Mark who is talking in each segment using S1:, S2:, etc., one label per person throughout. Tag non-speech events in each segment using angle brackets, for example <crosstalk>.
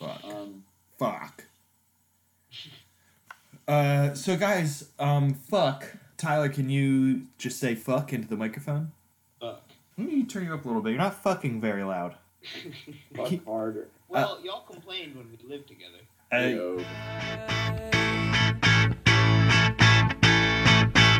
S1: Um,
S2: Fuck. Uh, so guys, um, fuck. Tyler, can you just say fuck into the microphone?
S3: Fuck.
S2: Let me turn you up a little bit. You're not fucking very loud.
S1: Fuck harder.
S3: Well, y'all complained when we lived together.
S2: Uh,
S1: Yo.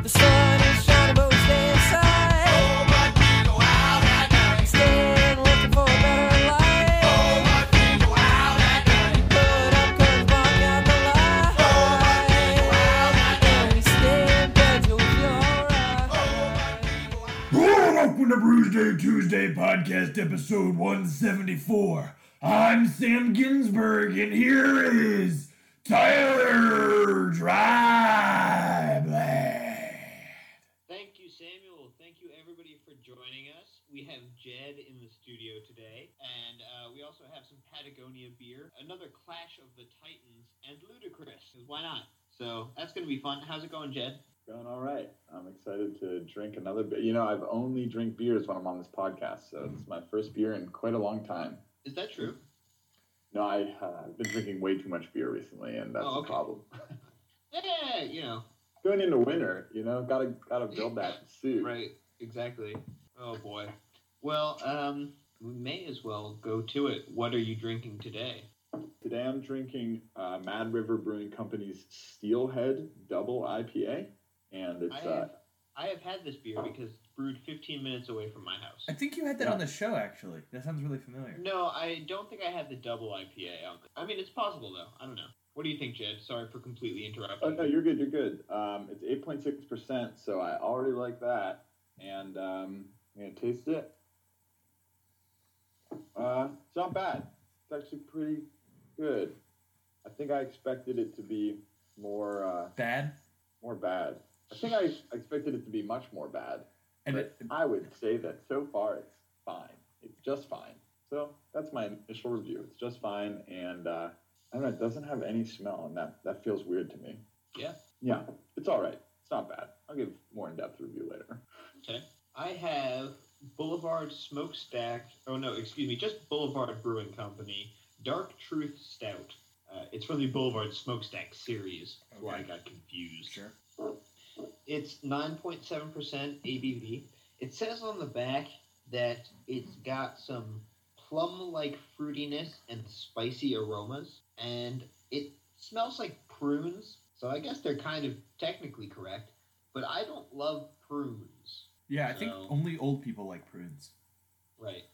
S4: The sun is shining, but we stay inside.
S5: Oh, but we go out at night.
S4: Staying, looking for a better life.
S5: Oh, but we go out at night.
S4: Put up curtains, block out the light.
S5: Oh, but we go out at Oh,
S4: And we stay in bed till we feel alright.
S2: welcome to Bruce Day Tuesday podcast episode 174. I'm Sam Ginsburg, and here is Tyler Dryblad.
S3: Thank you, Samuel. Thank you, everybody, for joining us. We have Jed in the studio today, and uh, we also have some Patagonia beer, another Clash of the Titans, and Ludacris. 'cause Why not? So that's going to be fun. How's it going, Jed?
S1: Going all right. I'm excited to drink another beer. You know, I've only drink beers when I'm on this podcast, so it's my first beer in quite a long time.
S3: Is that true?
S1: No, I, uh, I've been drinking way too much beer recently, and that's
S3: Oh,
S1: a
S3: okay.
S1: problem.
S3: Yeah, Eh, you know,
S1: Going into winter, you know, gotta gotta build that suit.
S3: right? Exactly. Oh boy. Well, um, we may as well go to it. What are you drinking today?
S1: Today I'm drinking uh, Mad River Brewing Company's Steelhead Double IPA, and it's
S3: I
S1: uh,
S3: have, I have had this beer because it's brewed 15 minutes away from my house.
S2: I think you had that
S1: Yeah.
S2: on the show, actually. That sounds really familiar.
S3: No, I don't think I had the double IPA. on I mean, it's possible though. I don't know. What do you think, Jed? Sorry for completely interrupting.
S1: oh no, you're good, you're good. Um, it's 8.6 percent, so I already like that, and um, I'm gonna taste it. Uh, it's not bad. It's actually pretty good. I think I expected it to be more uh,
S2: Bad?
S1: more bad. I think I expected it to be much more bad.
S2: And
S1: but I would say that so far it's fine. It's just fine. So that's my initial review. It's just fine, and uh, I don't know. It doesn't have any smell, and that that feels weird to me.
S3: Yeah.
S1: Yeah. It's all right. It's not bad. I'll give more in-depth review later.
S3: Okay. I have Boulevard Smokestack. Oh no, excuse me, just Boulevard Brewing Company Dark Truth Stout. Uh, it's from the Boulevard Smokestack series. That's why I
S2: Okay.
S3: got confused.
S2: sure.
S3: It's 9.7% ABV. It says on the back that it's got some plum like fruitiness and spicy aromas, and it smells like prunes. So I guess they're kind of technically correct, but I don't love prunes.
S2: Yeah, I think
S3: So-
S2: only old people like prunes.
S3: Right.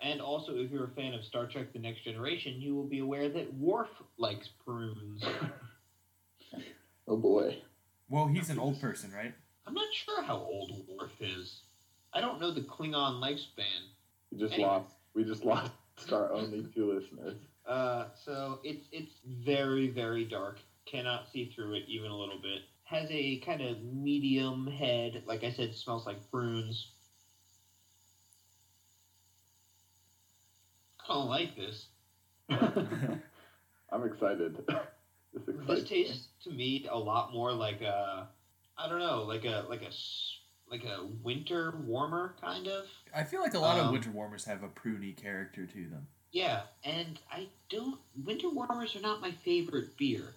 S3: And also, if you're a fan of Star Trek The Next Generation, you will be aware that Worf likes prunes.
S1: Oh boy.
S2: Well, he's an old person, right?
S3: I'm not sure how old Worf is. I don't know the Klingon lifespan.
S1: We just
S3: Anyway.
S1: lost. We just lost <laughs> our only two
S2: <laughs>
S1: listeners.
S3: Uh, so it's it's very very dark. Cannot see through it even a little bit. Has a kind of medium head. Like I said, smells like prunes. I don't like this.
S1: I'm excited. this
S3: This
S1: excites me.
S3: tastes to me a lot more like a I don't know, like a like a s- like a winter warmer kind of.
S2: I feel like a lot of
S3: Um,
S2: winter warmers have a pruny character to them.
S3: Yeah, and I don't. Winter warmers are not my favorite beer.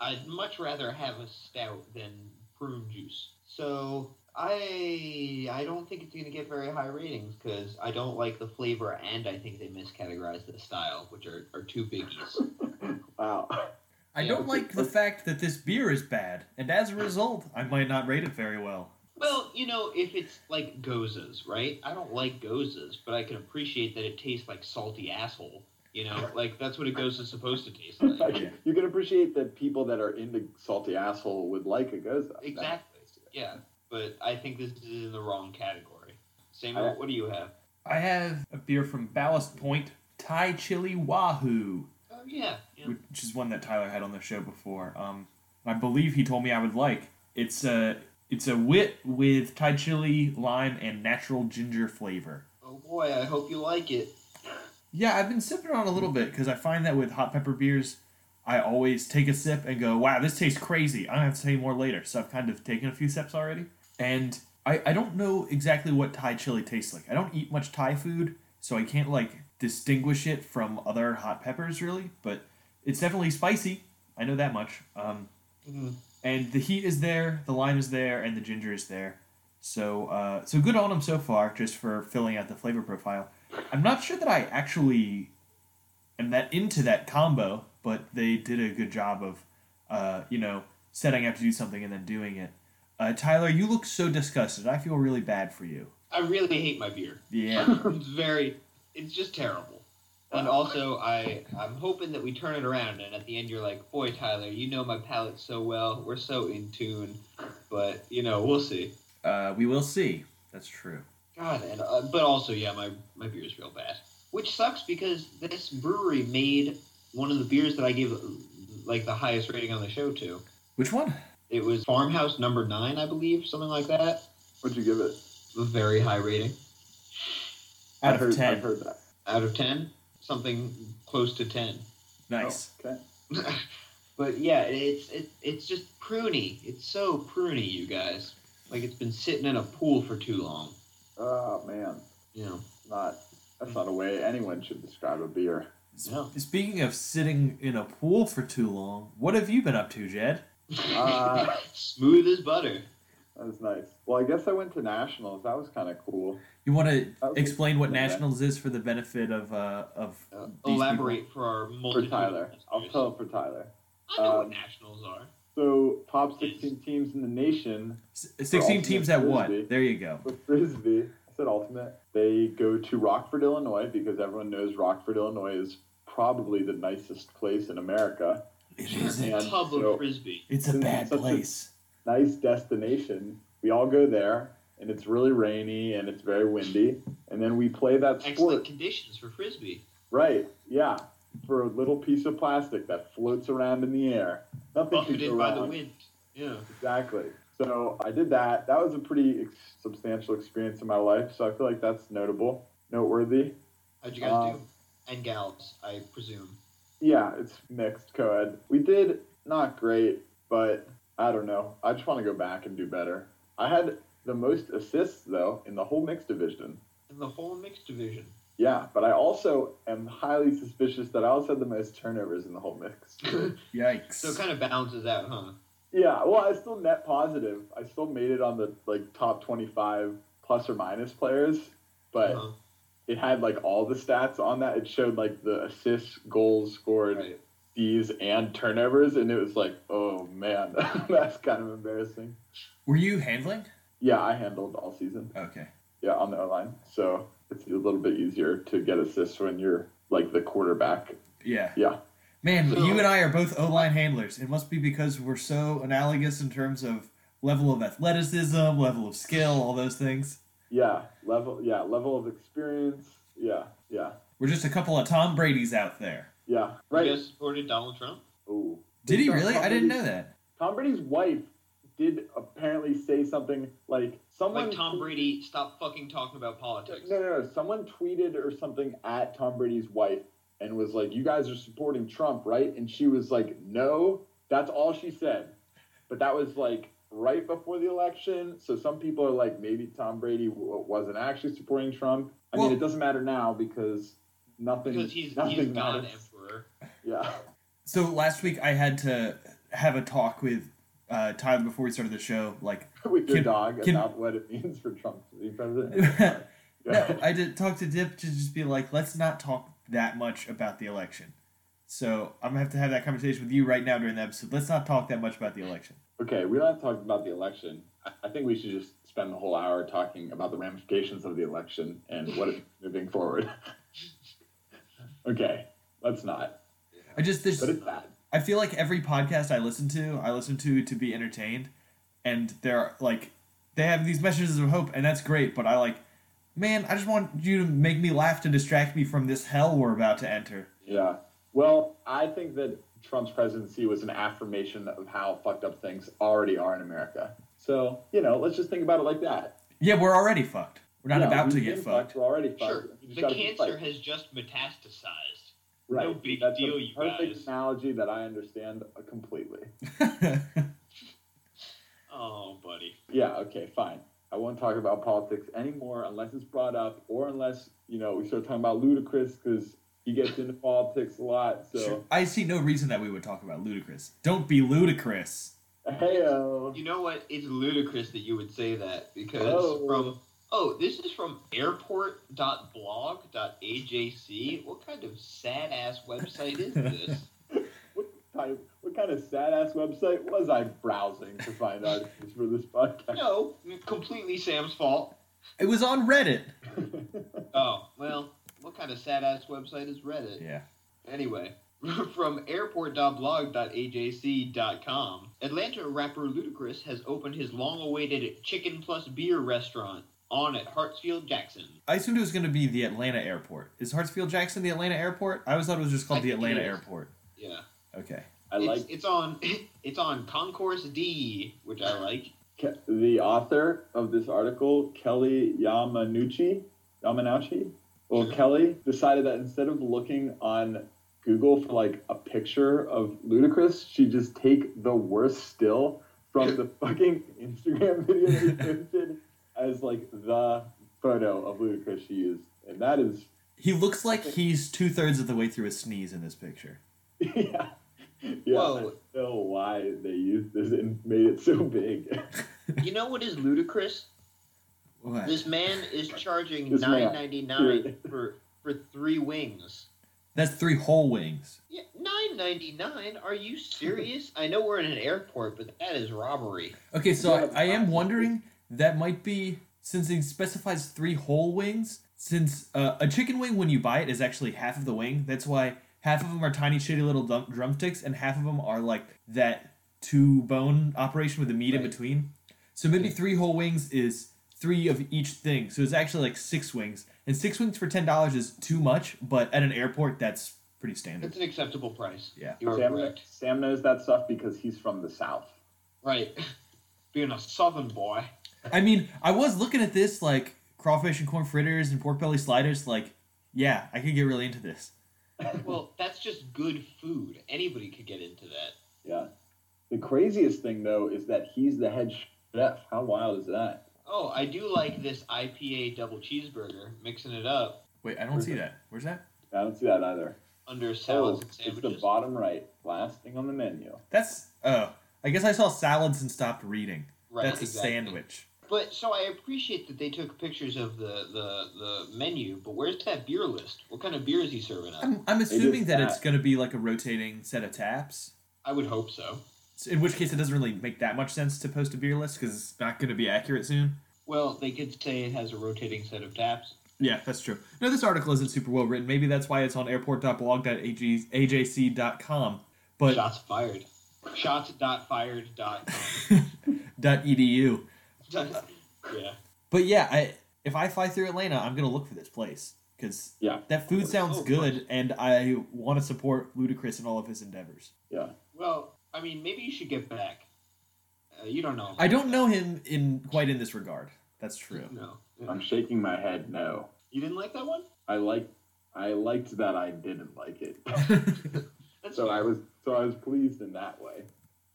S3: I'd much rather have a stout than prune juice. So I I don't think it's going to get very high ratings because I don't like the flavor, and I think they miscategorize the style, which are, are two biggies.
S1: Wow. <laughs>
S2: I
S3: Yeah.
S2: don't like the fact that this beer is bad, and as a result, I might not rate it very well.
S3: Well, you know, if it's like gozas, right? I don't like gozas, but I can appreciate that it tastes like salty asshole. You know, like that's what a goza's supposed to taste like.
S1: Like, you can appreciate that people that are into salty asshole would like a goza.
S3: exactly. Yeah, but I think this is in the wrong category. Samuel,
S1: I-
S3: what do you have?
S2: I have a beer from Ballast Point, Thai Chili Wahoo,
S3: Oh yeah, yeah.
S2: which is one that Tyler had on the show before. Um, I believe he told me I would like. It's a it's a wit with Thai chili, lime, and natural ginger flavor.
S3: Oh boy, I hope you like it.
S2: Yeah, I've been sipping on a little bit because I find that with hot pepper beers, I always take a sip and go, "Wow, this tastes crazy." I'm gonna have to tell you more later. So I've kind of taken a few sips already, and I I don't know exactly what Thai chili tastes like. I don't eat much Thai food, so I can't like distinguish it from other hot peppers really. But It's definitely spicy. I know that much. Um,
S3: Mhm.
S2: and the heat is there, the lime is there, and the ginger is there. So uh, so good on them so far, just for filling out the flavor profile. I'm not sure that I actually am that into that combo, but they did a good job of uh, you know setting out to do something and then doing it. Uh, Tyler, you look so disgusted. I feel really bad for you.
S3: I really hate my <laughs> beer.
S2: Yeah.
S3: it's very, it's just terrible. And also, I I'm hoping that we turn it around, and at the end, you're like, boy, Tyler, you know my palate so well. We're so in tune, but you know, we'll see.
S2: <laughs> Uh, we will see. That's true.
S3: God, and uh, but also, yeah, my my beer is real bad, which sucks because this brewery made one of the beers that I give like the highest rating on the show to.
S2: Which one?
S3: It was Farmhouse Number Nine, I believe, something like that.
S1: What'd you give it?
S3: A very high rating
S2: Out
S1: I've heard,
S2: of ten.
S1: I've heard that.
S3: out of ten, something close to ten.
S2: Nice.
S1: Oh, okay.
S3: But yeah, it's it, it's just pruny. It's so pruny, you guys. Like it's been sitting in a pool for too long.
S1: Oh man,
S3: You know.
S1: not that's not a way anyone should describe a beer.
S2: S-
S1: Oh,
S3: Yeah.
S2: Speaking of sitting in a pool for too long, what have you been up to, Jed?
S1: Ah.
S3: <laughs> Smooth as butter.
S1: That was nice. Well, I guess I went to nationals. That was kind of cool.
S2: You want to
S1: Okay.
S2: explain what
S1: Okay.
S2: Nationals is for the benefit of uh, of
S3: Uh,
S2: these people?
S3: elaborate for our
S1: For
S3: multiple
S1: Tyler, I'll
S3: listeners.
S1: tell it for Tyler.
S3: I know what
S1: um,
S3: nationals are.
S1: So, top 16 teams in the nation
S2: S- Sixteen
S1: Ultimate
S2: teams at
S1: Frisbee.
S2: what? There you go.
S1: for frisbee. I said ultimate. They go to Rockford, Illinois, because everyone knows Rockford, Illinois is probably the nicest place in America.
S2: It
S1: Yeah.
S2: isn't.
S1: <clears throat> and
S3: Pub of
S1: so-
S3: frisbee.
S2: It's a
S1: Since
S2: bad
S1: it's such a-
S2: place.
S1: nice destination. We all go there, and it's really rainy and it's very windy. And then we play that
S3: Excellent
S1: sport.
S3: conditions for frisbee.
S1: Right, yeah. For a little piece of plastic that floats around in the air. Nothing could go
S3: Buffeted by the
S1: wrong.
S3: wind. Yeah.
S1: Exactly. So I did that. That was a pretty ex- substantial experience in my life. So I feel like that's notable, noteworthy.
S3: How'd you guys
S1: Uh,
S3: do? And gals, I presume.
S1: Yeah, it's mixed co-ed. We did not great, but I don't know. I just want to go back and do better. I had the most assists though in the whole mixed division.
S3: In the whole mixed division.
S1: Yeah, but I also am highly suspicious that I also had the most turnovers in the whole mix. <laughs>
S2: Yikes.
S3: So it kind of balances out, huh?
S1: yeah, well, I still net positive. I still made it on the like top 25 plus or minus players, but
S3: Uh-huh.
S1: it had like all the stats on that. It showed like the assists, goals scored,
S3: Right.
S1: D's and turnovers, and it was like, oh man, <laughs> that's kind of embarrassing.
S2: Were you handling?
S1: Yeah, I handled all season.
S2: Okay.
S1: Yeah, on the O line, so it's a little bit easier to get assists when you're like the quarterback.
S2: Yeah.
S1: Yeah,
S2: Man,
S3: So-
S2: you and I are both O line handlers. It must be because we're so analogous in terms of level of athleticism, level of skill, all those things.
S1: yeah, level, yeah, level of experience. Yeah, yeah,
S2: We're just a couple of Tom Brady's out there.
S1: yeah.
S3: You
S1: Right.
S3: guys supported Donald Trump?
S1: Ooh.
S2: Did he
S1: Tom-
S2: really?
S1: Tom
S2: I didn't know
S1: Brady's-
S2: that.
S1: Tom Brady's wife did apparently say something like someone
S3: Like Tom Brady, stop fucking talking about politics.
S1: No, no, no. Someone tweeted or something at Tom Brady's wife and was like, "You guys are supporting Trump, right?" And she was like, "No." That's all she said. But that was like right before the election, so some people are like, maybe Tom Brady w- wasn't actually supporting Trump. I
S2: Well-
S1: mean, it doesn't matter now because nothing.
S3: Because he's
S1: nothing
S3: he's God
S1: matters.
S3: Emperor.
S1: Yeah. <laughs>
S2: So last week I had to have a talk with uh, Tyler before we started the show. Like,
S1: With your
S2: Can-
S1: dog
S2: can-
S1: about what it means for Trump to
S2: <laughs>
S1: be president.
S2: no,
S1: <laughs> Yeah.
S2: I did talk to Dip to just be like, let's not talk that much about the election. So I'm gonna have to have that conversation with you right now during the episode. Let's not talk that much about the election.
S1: Okay, we don't have to talk about the election. I- I think we should just spend the whole hour talking about the ramifications of the election and what it's <laughs> moving forward. okay, let's not.
S2: I just this.
S1: But it's bad.
S2: I feel like every podcast I listen to, I listen to to be entertained, and they're like, they have these messages of hope, and that's great. But I like, man, I just want you to make me laugh to distract me from this hell we're about to enter.
S1: Yeah. Well, I think that Trump's presidency was an affirmation of how fucked up things already are in America. So, you know, let's just think about it like that.
S2: Yeah, we're already fucked. We're not
S1: Yeah,
S2: about to
S1: we've
S2: get
S1: been
S2: fucked.
S1: We're already fucked.
S3: Sure.
S1: We just
S3: The
S1: gotta be
S3: cancer
S1: fucked.
S3: has just metastasized.
S1: right.
S3: no big
S1: That's
S3: deal,
S1: a
S3: you
S1: perfect
S3: guys.
S1: analogy that I understand completely.
S3: Oh, buddy.
S1: Yeah, okay, fine. I won't talk about politics anymore unless it's brought up or unless, you know, we start talking about ludicrous because He gets into politics a lot, so
S2: I see no reason that we would talk about ludicrous. Don't be ludicrous.
S1: heyo.
S3: You know what? It's ludicrous that you would say that because
S1: Oh.
S3: from oh, this is from airport.blog.ajc. What kind of sad ass website is this?
S1: What type? What kind of sad ass website was I browsing to find articles for this podcast?
S3: no, completely Sam's fault.
S2: It was on Reddit.
S3: Oh, well, what kind of sad ass website is Reddit?
S2: Yeah.
S3: Anyway, <laughs> from airport.blog.ajc.com, Atlanta rapper Ludacris has opened his long-awaited chicken plus beer restaurant on at Hartsfield Jackson.
S2: I assumed it was going to be the Atlanta airport. Is Hartsfield Jackson the Atlanta airport? I always thought it was just called
S3: I
S2: the
S3: think it
S2: Atlanta
S3: is.
S2: airport.
S3: Yeah,
S2: Okay.
S1: I
S3: it's,
S1: like
S3: it's on <clears throat> it's on Concourse D, which I like.
S1: Ke- the author of this article, Kelly Yamanuchi, Yamanouchi, well,
S3: Sure.
S1: Kelly decided that instead of looking on Google for like a picture of Ludacris, she just take the worst still from the fucking Instagram <laughs> video she posted as like the photo of Ludacris she used, and that is <laughs>
S2: He looks like he's two thirds of the way through a sneeze in this picture.
S1: yeah. Yeah,
S3: Whoa.
S1: I don't know why they used this and made it so big.
S3: You know what is ludicrous?
S2: What?
S3: This man is charging
S1: This man.
S3: nine ninety nine for for three wings.
S2: That's three whole wings.
S3: Yeah, nine ninety nine. Are you serious? I know we're in an airport, but that is robbery.
S2: Okay, so
S1: Yeah,
S2: I, I am
S1: it's-
S2: wondering that might be since it specifies three whole wings. Since uh, a chicken wing, when you buy it, is actually half of the wing. That's why half of them are tiny, shitty little dum- drumsticks, and half of them are like that two bone operation with the meat in
S3: Right.
S2: between. So maybe three whole wings is three of each thing. So it's actually like six wings, and six wings for ten dollars is too much. But at an airport, that's pretty standard.
S3: That's an acceptable price.
S2: Yeah.
S3: you are
S1: Sam,
S3: correct.
S1: Sam knows that stuff because he's from the South.
S3: Right, <laughs> being a southern boy.
S2: I mean, I was looking at this like crawfish and corn fritters and pork belly sliders. Like, yeah, I could get really into this.
S3: Well, that's just good food. Anybody could get into that.
S1: Yeah. The craziest thing though is that he's the head chef. How wild is that?
S3: Oh, I do like this IPA double cheeseburger. Mixing it up
S2: Wait, I don't
S1: Where's
S2: see
S1: it?
S2: that. Where's that?
S1: I don't see that either.
S3: under
S1: Oh,
S3: salads and
S1: it's the
S3: sandwiches.
S1: bottom right, last thing on the menu.
S2: That's oh, I guess I saw salads and stopped reading.
S3: right,
S2: That's a
S3: exactly.
S2: sandwich.
S3: But so I appreciate that they took pictures of the, the, the menu, but where's that beer list? What kind of beer Uh, is he serving up?
S2: I'm, I'm assuming that
S1: that.
S2: it's gonna be like a rotating set of taps.
S3: I would hope so.
S2: So In which case, it doesn't really make that much sense to post a beer list because it's not going to be accurate soon.
S3: Well, they could say it has a rotating set of taps.
S2: Yeah, that's true. No, this article isn't super well written. Maybe that's why it's on airport.blog.ajc.com, but
S3: Shots fired. Shots dot fired dot. <laughs>
S2: <laughs> dot E .edu.
S3: yeah.
S2: But yeah, I if I fly through Atlanta, I'm gonna look for this place because
S1: Yeah.
S2: that food sounds
S3: Oh, of
S2: good,
S3: course.
S2: and I want to support Ludacris in all of his endeavors.
S1: Yeah.
S3: Well, I mean, maybe you should get back. Uh, you don't know.
S2: I don't know him in quite in this regard. That's true.
S3: No.
S1: I'm shaking my head no.
S3: You didn't like that one?
S1: I like I liked that I didn't like it. <laughs>
S3: That's
S1: so I was so I was pleased in that way.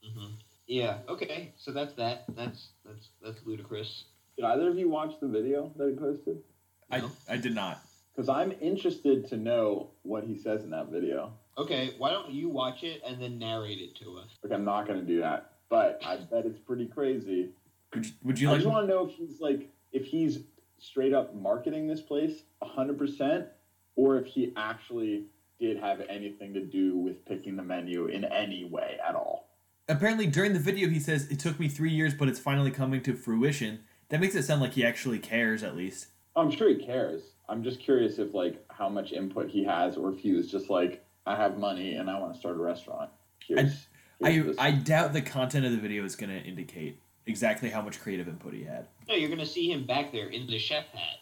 S3: hmm Yeah. Okay. So that's that. That's that's that's ludicrous.
S1: Did either of you watch the video that he posted?
S2: I
S3: No?
S2: I did not.
S1: Because I'm interested to know what he says in that video.
S3: Okay. Why don't you watch it and then narrate it to us?
S1: Like I'm not gonna do that. But I bet it's pretty crazy.
S2: Would you, would you
S1: I
S2: like?
S1: just want to know if he's like if he's straight up marketing this place 100% or if he actually did have anything to do with picking the menu in any way at all.
S2: Apparently, during the video, he says it took me three years, but it's finally coming to fruition. That makes it sound like he actually cares, at least.
S1: I'm sure he cares. I'm just curious if like how much input he has or if he was just like I have money and I want to start a restaurant. Here's, here's
S2: I
S1: this.
S2: I doubt the content of the video is going to indicate exactly how much creative input he had.
S3: No, you're gonna see him back there in the chef hat,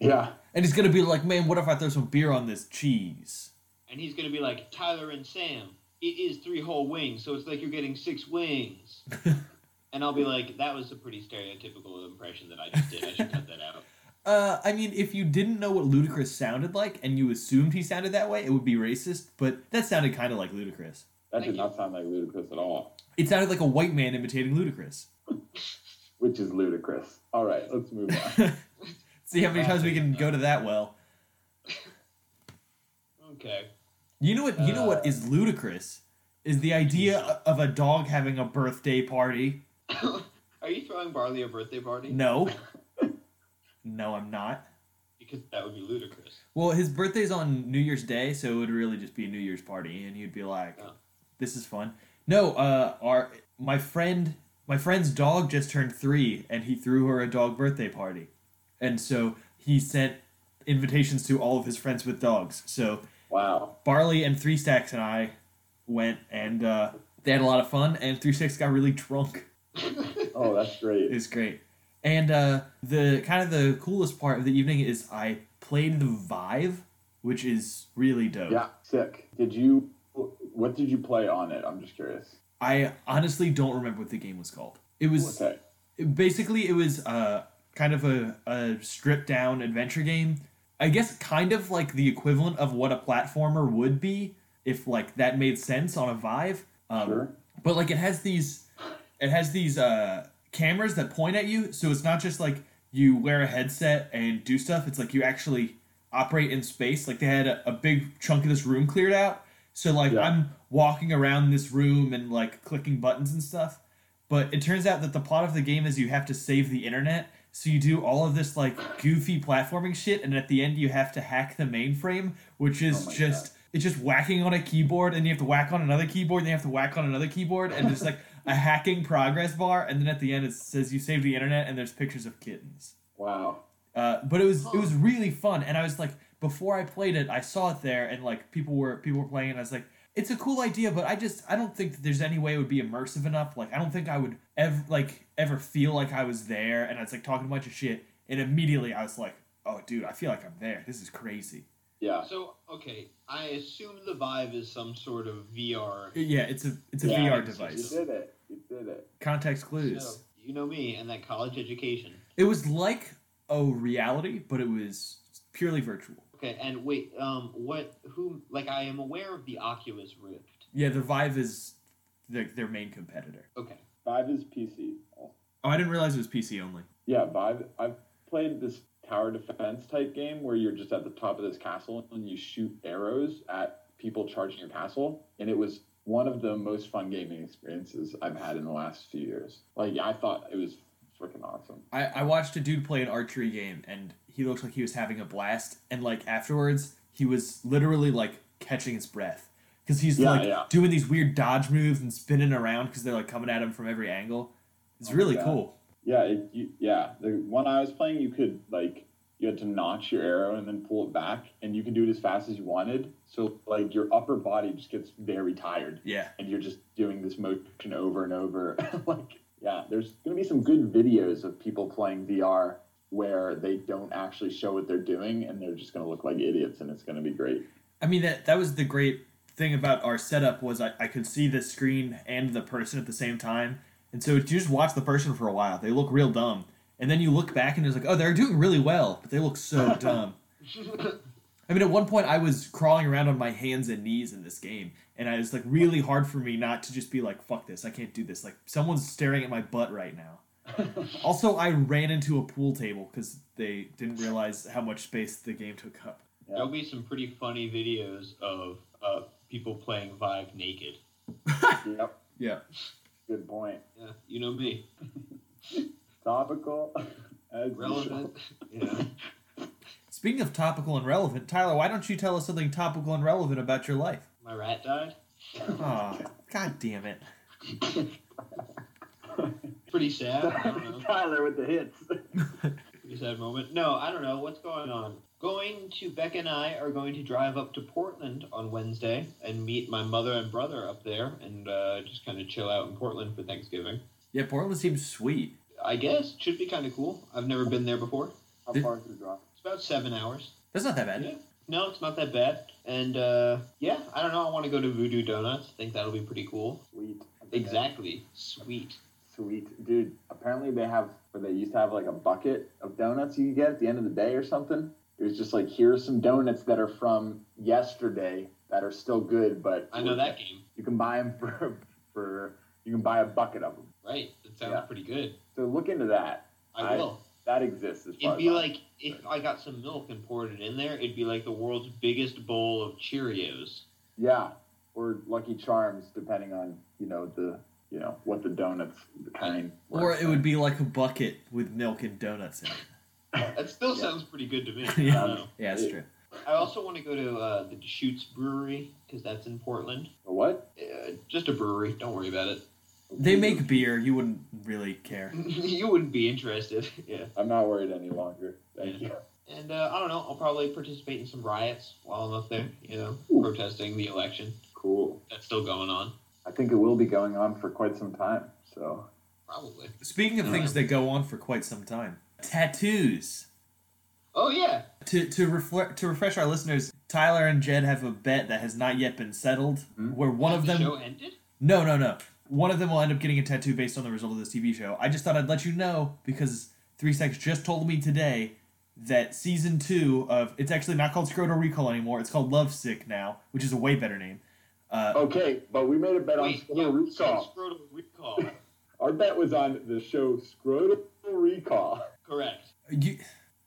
S1: yeah.
S2: And he's going to be like, man, what if I throw some beer on this cheese?
S3: and he's gonna be like Tyler and Sam. It is three whole wings, so it's like you're getting six wings. and I'll be like, that was a pretty stereotypical impression that I just did. I should cut that out.
S2: Uh, I mean, if you didn't know what Ludacris sounded like and you assumed he sounded that way, it would be racist, but that sounded kind of like Ludacris.
S1: That
S3: Thank
S1: did
S3: you.
S1: not sound like ludicrous at all,
S2: It sounded like a white man imitating Ludacris.
S1: which is ludicrous. All right, let's move
S2: <laughs>
S1: on.
S2: See how many times we can go to that well.
S3: Oh Okay.
S2: You know what? You know what is ludicrous is the idea of a dog having a birthday party.
S3: Are you throwing Barley a birthday party?
S2: No, no, I'm not.
S3: Because that would be ludicrous.
S2: Well, his birthday's on New Year's Day, so it would really just be a New Year's party, and you'd be like,
S3: Oh.
S2: "This is fun." No, uh, our my friend, my friend's dog just turned three, and he threw her a dog birthday party, and so he sent invitations to all of his friends with dogs. So
S1: Wow.
S2: Barley and Three Stacks and I went, and uh, they had a lot of fun, and Three Stacks got really drunk.
S1: Oh, that's
S2: It
S1: great.
S2: was great. And uh, the kind of the coolest part of the evening is I played the Vive, which is really dope.
S1: Yeah, sick. Did you? What did you play on it? I'm just curious.
S2: I honestly don't remember what the game was called. It was
S1: Okay.
S2: it- basically it was uh, kind of a, a stripped down adventure game. I guess kind of like the equivalent of what a platformer would be if like that made sense on a Vive. Um,
S1: Sure.
S2: But like it has these, it has these uh, cameras that point at you, so it's not just like you wear a headset and do stuff. It's like you actually operate in space. Like they had a, a big chunk of this room cleared out, so like
S1: Yeah.
S2: I'm walking around this room and like clicking buttons and stuff. But it turns out that the plot of the game is you have to save the internet. So you do all of this like goofy platforming shit, and at the end you have to hack the mainframe, which is
S1: my
S2: just it's just whacking on a keyboard, and you have to whack on another keyboard, and you have to whack on another keyboard, and it's like a hacking progress bar, and then at the end it says you saved the internet, and there's pictures of kittens.
S1: Wow.
S2: Uh, but it was it was really fun, and I was like, before I played it, I saw it there, and like people were people were playing, it, and I was like, it's a cool idea, but I just I don't think that there's any way it would be immersive enough. Like I don't think I would ever like ever feel like I was there, and I was like talking a bunch of shit, and immediately I was like, oh dude, I feel like I'm there. This is crazy.
S1: Yeah.
S3: So, okay, I assume the Vive is some sort of VR.
S2: Yeah, it's a it's a
S1: Yeah,
S2: VR
S3: it's-
S1: You
S2: device.
S1: did it. You did it.
S2: Context clues.
S3: So, you know me and that college education.
S2: It was like a reality, but it was purely virtual.
S3: Okay, and wait, um, what? Who? Like, I am aware of the Oculus Rift.
S2: Yeah, the Vive is their, their main competitor.
S3: Okay,
S1: Vive is PC.
S2: Oh, I didn't realize it was PC only.
S1: Yeah, Vive. I've played this tower defense type game where you're just at the top of this castle and you shoot arrows at people charging your castle, and it was one of the most fun gaming experiences I've had in the last few years. Like I thought it was freaking awesome.
S2: I, I watched a dude play an archery game and he looked like he was having a blast and like afterwards he was literally like catching his breath because he's
S1: Yeah,
S2: like
S1: yeah.
S2: doing these weird dodge moves and spinning around because they're like coming at him from every angle it's
S1: Oh my
S2: really
S1: God.
S2: cool
S1: Yeah, it, you, yeah. The one I was playing, you could like you had to notch your arrow and then pull it back, and you can do it as fast as you wanted. So like your upper body just gets very tired,
S2: yeah
S1: and you're just doing this motion over and over. <laughs> like yeah, there's gonna be some good videos of people playing VR where they don't actually show what they're doing, and they're just gonna look like idiots, and it's gonna be
S3: <laughs>
S1: great.
S2: I mean that that was the great thing about our setup was I, I could see the screen and the person at the same time. And so you just watch the person for a while. They look real dumb. And then you look back and it's like, oh, they're doing really well, but they look so dumb. I mean, at one point I was crawling around on my hands and knees in this game, and I was like really hard for me not to just be like, fuck this, I can't do this. Like someone's staring at my butt right now. also, I ran into a pool table because they didn't realize how much space the game took up.
S1: Yeah.
S3: there'll be some pretty funny videos of uh, people playing Vive naked.
S1: yep,
S2: Yeah.
S1: good point.
S3: Yeah, you know me.
S1: Topical. <laughs> as usual.
S3: Relevant. yeah.
S2: Speaking of topical and relevant, Tyler, why don't you tell us something topical and relevant about your life?
S3: My rat died.
S2: Oh, god damn it.
S3: Pretty sad. I don't
S1: <laughs>
S3: know.
S1: Tyler with the hits.
S3: Pretty sad moment. No, I don't know what's going on. Going to Beck and I are going to drive up to Portland on Wednesday and meet my mother and brother up there and uh, just kind of chill out in Portland for Thanksgiving.
S2: Yeah, Portland seems sweet.
S3: I guess should be kind of cool. I've never been there before.
S1: How
S2: Did-
S1: far is the drop?
S3: It's about seven hours.
S2: That's not that bad.
S3: Yeah. No, it's not that bad. And uh, yeah, I don't know. I want to go to Voodoo Donuts. I think that'll be pretty cool.
S1: Sweet.
S3: Exactly. Sweet.
S1: Sweet, dude. Apparently they have, or they used to have like a bucket of donuts you could get at the end of the day or something. It was just like, here are some donuts that are from yesterday that are still good, but
S3: I know that game.
S1: you can buy them <laughs> for, for you can buy a bucket of them.
S3: Right. It sounds
S1: Yeah.
S3: pretty good.
S1: So look into that.
S3: I
S1: I-
S3: will.
S1: That exists. As far
S3: It'd be
S1: as I-
S3: like if I got some milk and poured it in there. It'd be like the world's biggest bowl of Cheerios.
S1: yeah, or Lucky Charms, depending on you know the you know what the donuts kind.
S2: Or it would be like a bucket with milk and donuts in it.
S3: That still
S1: Yeah. Um,
S3: sounds pretty good to me. I
S2: Yeah.
S3: don't know.
S2: Yeah, that's true.
S3: I also want to go to uh, the Deschutes Brewery because that's in Portland.
S1: A what?
S3: Uh, just a brewery. Don't worry about it. <laughs>
S2: They make beer. You wouldn't really care.
S3: you wouldn't be interested. <laughs> yeah.
S1: I'm not worried any longer. Thank you.
S3: And uh, I don't know. I'll probably participate in some riots while I'm up there. You know,
S1: Ooh.
S3: protesting the election
S1: Cool.
S3: that's still going on.
S1: I think it will be going on for quite some time. So
S3: Probably.
S2: Speaking of things that go on for quite some time, tattoos.
S3: Oh yeah.
S2: To to reflect to refresh our listeners, Tyler and Jed have a bet that has not yet been settled,
S1: Hmm?
S2: where one
S3: Has
S2: of
S3: the
S2: them
S3: show ended.
S2: No, no, no. One of them will end up getting a tattoo based on the result of this TV show. I just thought I'd let you know because Three Sex just told me today that season two of it's actually not called Scrotal Recall anymore. It's called Love Sick now, which is a way better name. Uh,
S1: okay, but we made a bet on
S3: Wait, yeah,
S1: Scrotal Recall.
S3: Scrotal recall.
S1: Our bet was on the show Scrotal Recall.
S3: Correct.
S1: <laughs>
S2: you-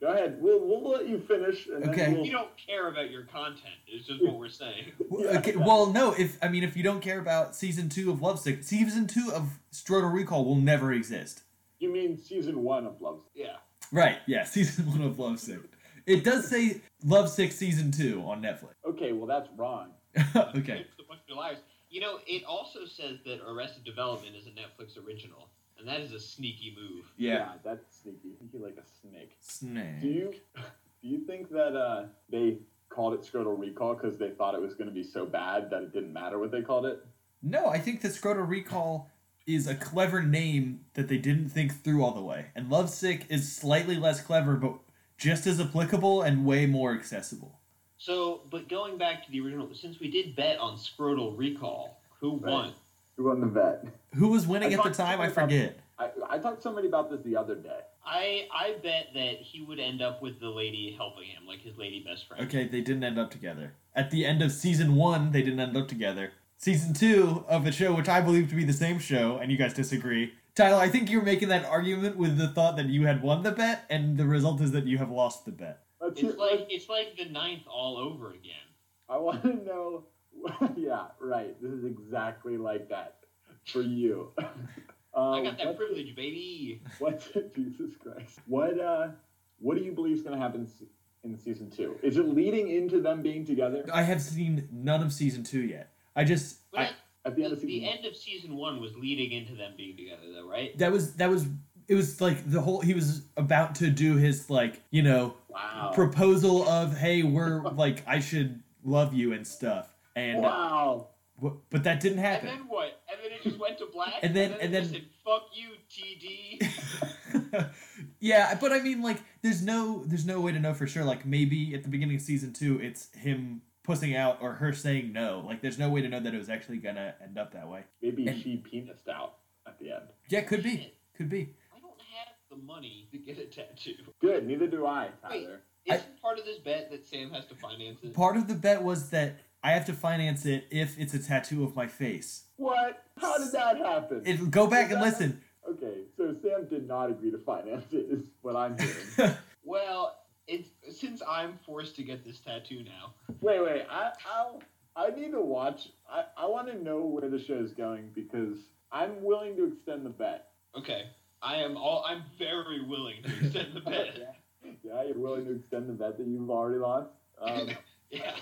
S1: Go ahead. We'll, we'll let you finish. And
S2: Okay.
S1: Then
S3: We
S1: we'll,
S3: don't care about your content. It's just what we're saying. <laughs>
S2: well, okay, well, no. If I mean, if you don't care about season two of Love Sick, season two of Scrotal Recall will never exist.
S1: you mean season one of Love?
S3: Yeah.
S2: Right? Yeah, season one of Love Sick. It does say Love Sick season two on Netflix. <laughs>
S1: Okay, well that's wrong.
S2: <laughs> okay.
S3: It's a bunch of liars. You know, it also says that Arrested Development is a Netflix original, and that is a sneaky move.
S1: that's sneaky. Sneaky like a snake. Do
S2: Snake.
S1: you <laughs> do you think that uh, they called it Scrotal Recall because they thought it was going to be so bad that it didn't matter what they called it?
S2: No, I think that Scrotal Recall is a clever name that they didn't think through all the way. And Lovesick is slightly less clever, but just as applicable and way more accessible.
S3: So, but going back to the original, since we did bet on Scrotal Recall, who
S1: Right.
S3: won?
S1: Who won the vet?
S2: Who was winning
S1: I
S2: at the
S1: thought-
S2: time? I forget.
S1: I, I talked to somebody about this the other day.
S3: I I bet that he would end up with the lady helping him, like his lady best friend.
S2: Okay, they didn't end up together. At the end of season one, they didn't end up together. Season two of the show, which I believe to be the same show, and you guys disagree. Tyler, I think you're making that argument with the thought that you had won the bet, and the result is that you have lost the bet.
S1: Let's hear-
S3: It's like it's like the ninth all over again.
S1: I want to <laughs> know. yeah, right. This is exactly like that for you. <laughs> um,
S3: I got that
S1: what-
S3: privilege, baby.
S1: <laughs> What? Jesus Christ. What? Uh, what do you believe is going to happen se- in season two? Is it leading into them being together
S2: I have seen none of season two yet. I just
S3: But
S2: I,
S1: at the
S3: the,
S1: end of season?
S3: the
S1: one?
S3: end of season one was leading into them being together, though, right?
S2: that was that was it was like the whole he was about to do his like you know
S3: Oh.
S1: Wow.
S2: proposal of hey we're like I should love you and stuff and uh,
S1: wow.
S2: w- but that didn't
S3: And
S2: happen.
S3: then what? And then it just went to black.
S2: And then-
S3: it
S2: and then-
S3: just said, "Fuck you, TD."
S2: yeah, but I mean, like, there's no there's no way to know for sure. Like, maybe at the beginning of season two, it's him pussing out or her saying no. Like, there's no way to know that it was actually gonna end up that way.
S1: Maybe
S2: and-
S1: she penised out at the end.
S2: Yeah, <laughs> could be,
S3: Shit.
S2: could be.
S3: I don't have the money to get a tattoo.
S1: Good. Neither do I,
S3: Wait.
S1: Tyler.
S2: I-
S3: Isn't part of this bet that Sam has to finance it?
S2: Part of the bet was that I have to finance it if it's a tattoo of my face.
S1: What? How did that happen?
S2: It go back and listen.
S1: okay, so Sam did not agree to finance it. Is what I'm hearing.
S3: Well, it's since I'm forced to get this tattoo now.
S1: Wait, wait. I I'll, I need to watch. I, I want to know where the show's going because I'm willing to extend the bet.
S3: Okay, I am all. I'm very willing to extend
S1: <laughs>
S3: the bet.
S1: Yeah, you're willing to extend the bet that you've already lost. Um,
S3: yeah.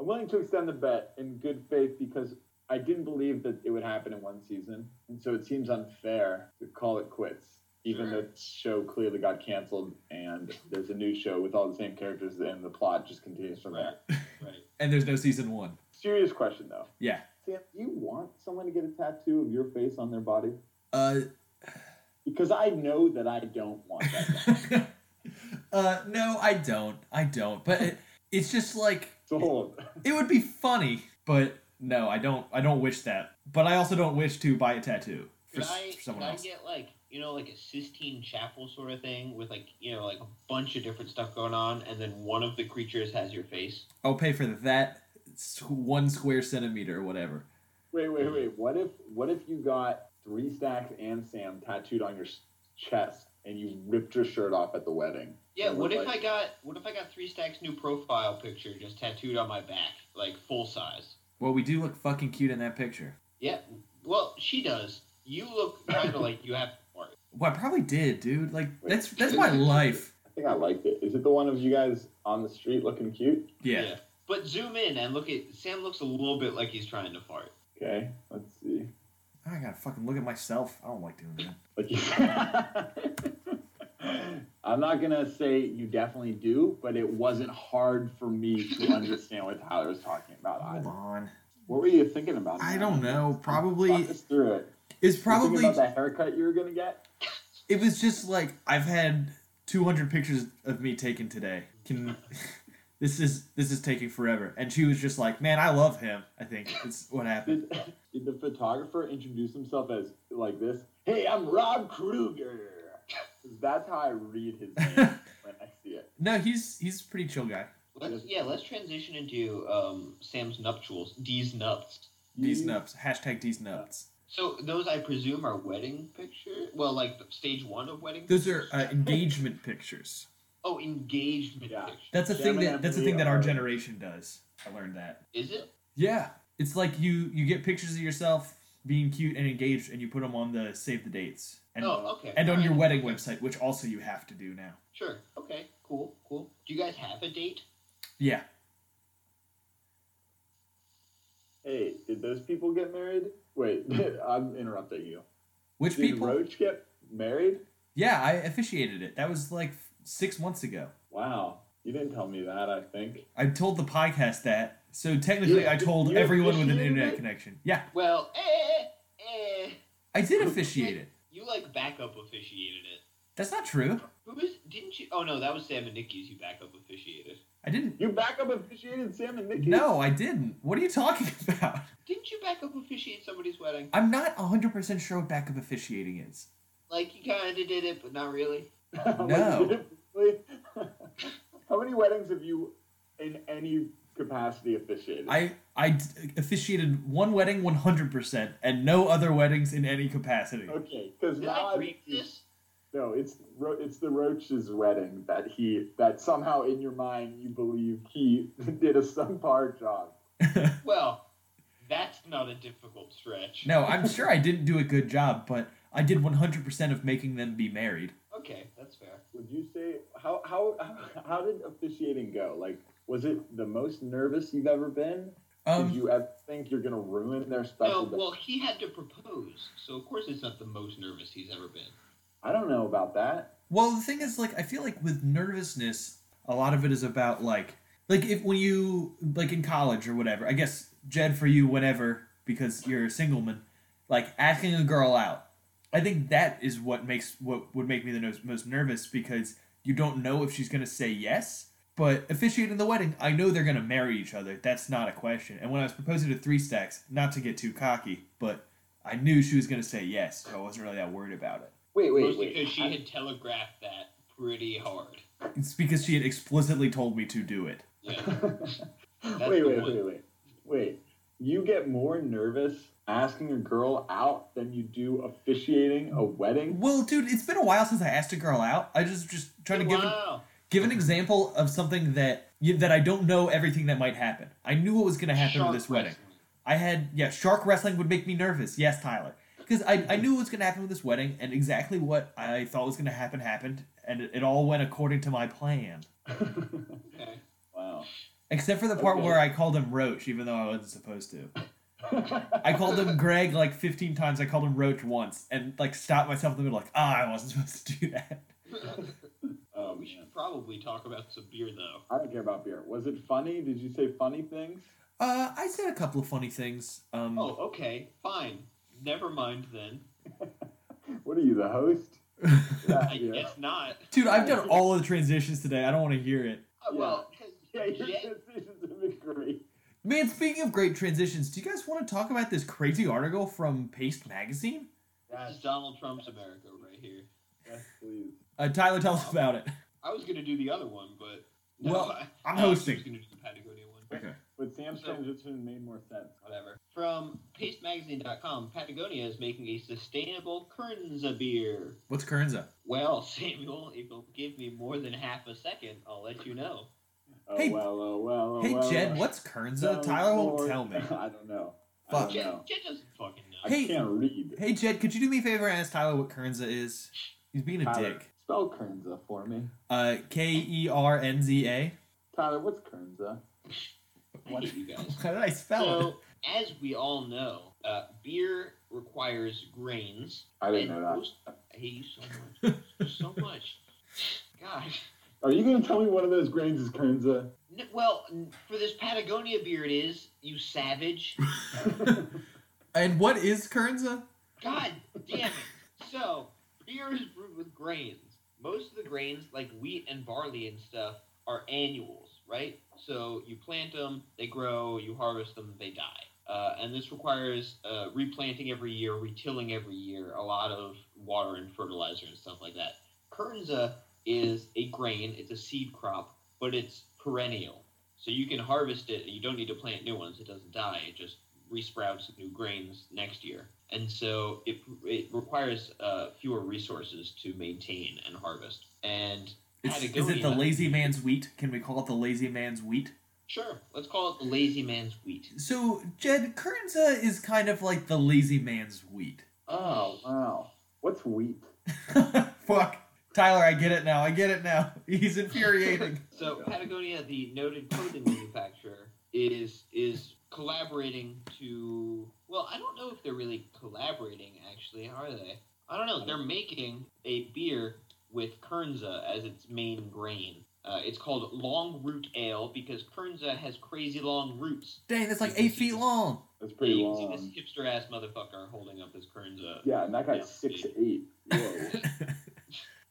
S1: I'm willing to extend the bet in good faith because I didn't believe that it would happen in one season, and so it seems unfair to call it quits, even though the show clearly got canceled and there's a new show with all the same characters and the plot just continues from there.
S3: Right.
S2: And there's no season one.
S1: Serious question though.
S2: Yeah.
S1: Sam, do you want someone to get a tattoo of your face on their body?
S2: <laughs> Uh.
S1: Because I know that I don't want that. <laughs>
S2: uh. No, I don't. I don't. But it, it's just like
S1: Sold.
S2: it would be funny, but no, I don't. I don't wish that. But I also don't wish to buy a tattoo for,
S3: Could
S2: s-
S3: I,
S2: for
S3: could
S2: someone
S3: I
S2: else.
S3: get like you know like a Sistine Chapel sort of thing with like you know like a bunch of different stuff going on, and then one of the creatures has your face.
S2: I'll pay for that s- one square centimeter or whatever.
S1: Wait, wait, wait. What if what if you got three stacks and Sam tattooed on your s- chest and you ripped your shirt off at the wedding.
S3: Yeah,
S1: It
S3: what
S1: looked
S3: if I
S1: like-
S3: got what if I got three stacks new profile picture just tattooed on my back, like full size?
S2: Well, we do look fucking cute in that picture.
S3: Yeah. Well, she does. You look kind of like you have part.
S2: Well, I probably did, dude. Like that's that's my life.
S1: I think I liked it. Is it the one of you guys on the street looking cute?
S2: Yeah.
S3: But zoom in and look at Sam looks a little bit like he's trying to fart.
S1: Okay, let's see.
S2: I gotta fucking look at myself. I don't like doing that.
S1: Like <laughs> I'm not gonna say you definitely do, but it wasn't hard for me
S2: <laughs>
S1: to understand what Tyler was talking about.
S2: Hold
S1: I-
S2: on.
S1: What were you thinking about?
S2: I don't know. Probably
S1: Talk us through it.
S2: it's
S1: You thinking
S2: probably
S1: about that haircut you were
S2: <laughs>
S1: gonna get.
S2: it was just like I've had 200 pictures of me taken today. Can <laughs> this is this is taking forever. And she was just like, "Man, I love him." I think it's what happened.
S1: Did, did the photographer introduce himself as like this? Hey, I'm Rob Kruger. 'Cause That's how I read his
S2: <laughs>
S1: name when I see it.
S2: No, he's he's a pretty chill guy.
S3: Let's yeah, let's transition into um, Sam's nuptials, D's nuts.
S2: D's nuts. Hashtag D's nuts.
S3: So those I presume are wedding picture. Well, like the stage one of wedding.
S2: Those are uh, engagement pictures.
S3: oh engagement
S1: Yeah.
S3: picture.
S2: That's a thing
S1: Gemini
S2: that that's a thing that our
S1: Leo.
S2: generation does. I learned that.
S3: Is it?
S2: Yeah, it's like you you get pictures of yourself being cute and engaged, and you put them on the save the dates and
S3: oh, okay.
S2: and on your wedding
S3: Alright.
S2: website, which also you have to do now.
S3: Sure. Okay. Cool. Cool. Do you guys have a date?
S2: Yeah,
S1: Hey, did those people get married? Wait, <laughs> I'm interrupting you.
S2: which
S1: Did
S2: people?
S1: Roach get married?
S2: Yeah, I officiated it. That was like six months ago.
S1: Wow. You didn't tell me that, I think.
S2: I told the podcast that, so technically
S1: You-
S2: I told
S1: you
S2: everyone with an
S1: officiated
S2: internet
S1: it?
S2: connection. Yeah,
S3: Well, eh, eh.
S2: I did officiate it.
S3: You like backup officiated it.
S2: That's not true.
S3: Who was? Didn't you? Oh no, that was Sam and Nikki's. You backup officiated.
S2: I didn't.
S1: You backup officiated Sam and Nikki?
S2: No, I didn't. What are you talking <laughs> about?
S3: Didn't you backup officiate somebody's wedding?
S2: I'm not 100% sure what backup officiating is.
S3: Like you kind of did it, but not really.
S1: <laughs> Like,
S2: No.
S1: seriously? <laughs> How many weddings have you, in any capacity, officiated?
S2: I I d- officiated one wedding 100% and no other weddings in any capacity.
S1: Okay, because
S3: Did
S1: now
S3: I
S1: I'm-
S3: read this?
S1: No, it's Ro- it's the Roach's wedding that he that somehow in your mind you believe he <laughs> did a subpar job.
S3: Well, that's not a difficult stretch.
S2: No, I'm sure I didn't do a good job, but I did 100% of making them be married.
S3: Okay, that's fair.
S1: Would you say how how how did officiating go? Like, was it the most nervous you've ever been? did
S2: Um
S1: you ever think you're gonna ruin their
S3: No,
S1: special? day?
S3: Oh, well, he had to propose, so of course it's not the most nervous he's ever been.
S1: I don't know about that.
S2: well, the thing is like I feel like with nervousness, a lot of it is about like like if when you like in college or whatever. I guess Jed for you whenever because you're a single man, like asking a girl out. I think that is what makes what would make me the nos- most nervous because you don't know if she's going to say yes. But officiating the wedding, I know they're going to marry each other. That's not a question. And when I was proposing to Three Stacks, not to get too cocky, but I knew she was going to say yes, so I wasn't really that worried about it.
S1: Wait, wait,
S3: Mostly
S1: wait.
S3: because she
S1: <laughs> I-
S3: had telegraphed that pretty hard.
S2: It's because she had explicitly told me to do it.
S3: Yeah.
S1: wait,
S3: the
S1: wait,
S3: one.
S1: wait, wait, wait. You get more nervous asking a girl out than you do officiating a wedding. <laughs>
S2: Well, dude, it's been a while since I asked a girl out. I just just <laughs> trying to give an,
S3: wow.
S2: give an example of something that that I don't know everything that might happen. I knew what was going to happen
S3: Shark
S2: to this wedding.
S3: wrestling.
S2: I had yeah, shark wrestling would make me nervous. Yes, Tyler, because I, I knew what was gonna happen with this wedding, and exactly what I thought was gonna happen happened, and it, it all went according to my plan.
S3: Okay. <laughs>
S1: Wow.
S2: Except for the part
S1: Okay.
S2: where I called him Roach, even though I wasn't supposed to.
S1: Oh,
S2: I called him Greg like 15 times. I called him Roach once, and like stopped myself in the middle, like ah, I wasn't <laughs> supposed to do that.
S1: oh
S3: we
S1: man.
S3: should probably talk about some beer, though.
S1: I don't care about beer. Was it funny? Did you say funny things?
S2: Uh, I said a couple of funny things. Um,
S3: Oh, okay, fine. Never mind then.
S1: What are you,
S2: <laughs>
S1: the host?
S3: I
S1: yeah.
S3: guess not.
S2: dude, I've done all of the transitions today. I don't want to hear it.
S3: Oh, Well, 'cause
S1: Yeah, your
S3: Jed,
S1: decisions have been great.
S2: Man, speaking of great transitions, do you guys want to talk about this crazy article from Paste Magazine?
S3: this is Donald Trump's America right here.
S1: Yes, please.
S2: Uh, Tyler, tell us about it.
S3: I was gonna do the other one, but no,
S2: Well,
S3: I,
S2: I'm
S3: I was
S2: hosting.
S3: just gonna do the Patagonia one.
S2: Okay.
S1: But Sam's transition made more sense.
S3: whatever. From PasteMagazine.com, Patagonia is making a sustainable Kernza beer.
S2: What's Kernza?
S3: Well, <laughs> Samuel, if you'll give me more than half a second, I'll let you know.
S1: Oh
S2: Hey-
S1: well, oh well, oh
S2: Hey,
S1: well.
S2: Jed, what's Kernza?
S1: Oh,
S2: Tyler won't
S1: Lord.
S2: tell me.
S1: <laughs> I don't know.
S2: Fuck.
S1: I don't know.
S3: Jed, Jed doesn't fucking know.
S1: Oh, I
S2: Hey-
S1: can't read.
S2: Hey, Jed, could you do me a favor and ask Tyler what Kernza is? He's being a
S1: Tyler,
S2: dick.
S1: Spell Kernza for me.
S2: Uh, K E R N Z A. <laughs>
S1: Tyler, what's Kernza?
S3: I hate
S1: <laughs>
S3: you guys.
S2: How did I spell it?
S3: So, as we all know, uh, beer requires grains.
S1: I didn't
S3: and
S1: know that.
S3: most- I hate you so much. so much. God.
S1: Are you going to tell me one of those grains is Kernza?
S3: N- Well, n- for this Patagonia beer, it is, you savage.
S2: And what is Kernza?
S3: God damn it. So, beer is brewed with grains. Most of the grains, like wheat and barley and stuff, are annuals, right? So, you plant them, they grow, you harvest them, they die. Uh, and this requires uh, replanting every year, retilling every year, a lot of water and fertilizer and stuff like that. Kernza is a grain, it's a seed crop, but it's perennial. So you can harvest it and you don't need to plant new ones. It doesn't die, it just resprouts new grains next year. And so it, it requires uh, fewer resources to maintain and harvest. And
S2: It's, is
S3: Patagonia-
S2: it the lazy man's wheat? Can we call it the lazy man's wheat?
S3: Sure, let's call it the lazy man's wheat.
S2: So, Jed, Kernza is kind of like the lazy man's wheat. <laughs>
S1: Oh, wow. What's wheat?
S2: Fuck. Tyler, I get it now. I get it now. <laughs> He's <laughs> infuriating.
S3: So Patagonia, the noted clothing manufacturer, is is collaborating to. Well, I don't know if they're really collaborating. Actually, are they? I don't know. They're making a beer with Kernza as its main grain. Uh, it's called Long Root Ale because Kernza has crazy long roots.
S2: Dang, that's like eight feet long.
S1: That's pretty
S3: you can
S1: long.
S3: see this hipster ass motherfucker holding up his Kernza.
S1: Yeah, and that
S3: Yeah.
S1: guy's six eight. Whoa.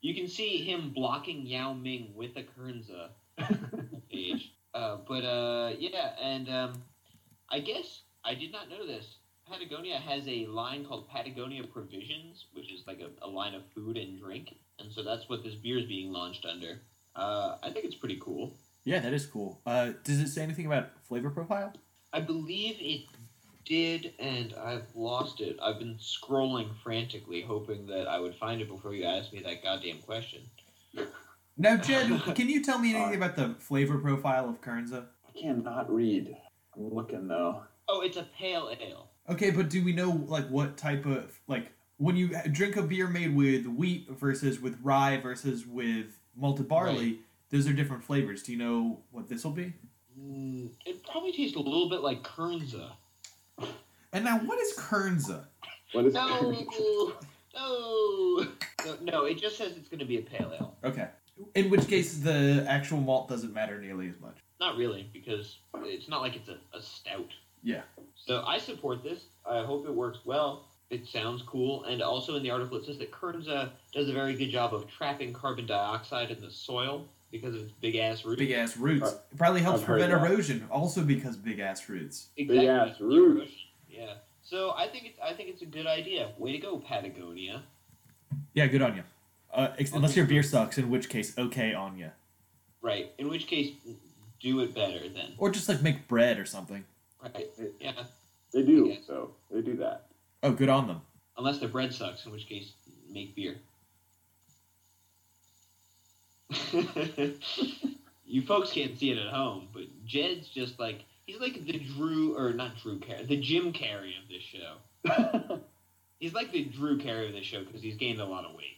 S3: You can see him blocking Yao Ming with a Kernza
S1: <laughs>
S3: page. Uh, but uh, yeah, and um, I guess I did not know this. Patagonia has a line called Patagonia Provisions, which is like a, a line of food and drink. And so that's what this beer is being launched under. Uh, I think it's pretty cool.
S2: Yeah, that is cool. Uh, does it say anything about flavor profile?
S3: I believe it did, and I've lost it. I've been scrolling frantically, hoping that I would find it before you asked me that goddamn question.
S2: Now, Jed, can you tell me anything about the flavor profile of Kernza?
S1: I cannot read. I'm looking though.
S3: Oh, it's a pale ale.
S2: Okay, but do we know like what type of like when you drink a beer made with wheat versus with rye versus with malted barley? Those are different flavors. Do you know what this will be?
S3: Mm, it probably tastes a little bit like Kernza.
S2: And now, what is Kernza?
S1: What is
S3: No,
S1: Kernza?
S3: <laughs> no, no, no. It just says it's going to be a pale ale.
S2: Okay, in which case the actual malt doesn't matter nearly as much.
S3: Not really, because it's not like it's a, a stout.
S2: Yeah.
S3: So I support this. I hope it works well. It sounds cool, and also in the article it says that Kernza does a very good job of trapping carbon dioxide in the soil because of its big ass roots.
S2: Big ass roots.
S1: Uh,
S2: It probably helps
S1: I've heard
S2: prevent
S1: that.
S2: erosion, also because big ass roots.
S3: Exactly.
S1: ass roots.
S3: Yeah. So I think it's I think it's a good idea. Way to go, Patagonia.
S2: Yeah, good on you. Uh, ex- unless your beer sucks, in which case, okay on you.
S3: Right. In which case, do it better then.
S2: Or just like make bread or something.
S3: Right. Yeah.
S1: <laughs> They do,
S3: Yeah.
S1: so they do that.
S2: Oh, good on them.
S3: Unless the bread sucks, in which case, make beer. <laughs> you folks can't see it at home, but Jed's just like he's like the Drew or not Drew Carey, the Jim Carrey of this show.
S1: <laughs>
S3: he's like the Drew Carey of this show because he's gained a lot of weight,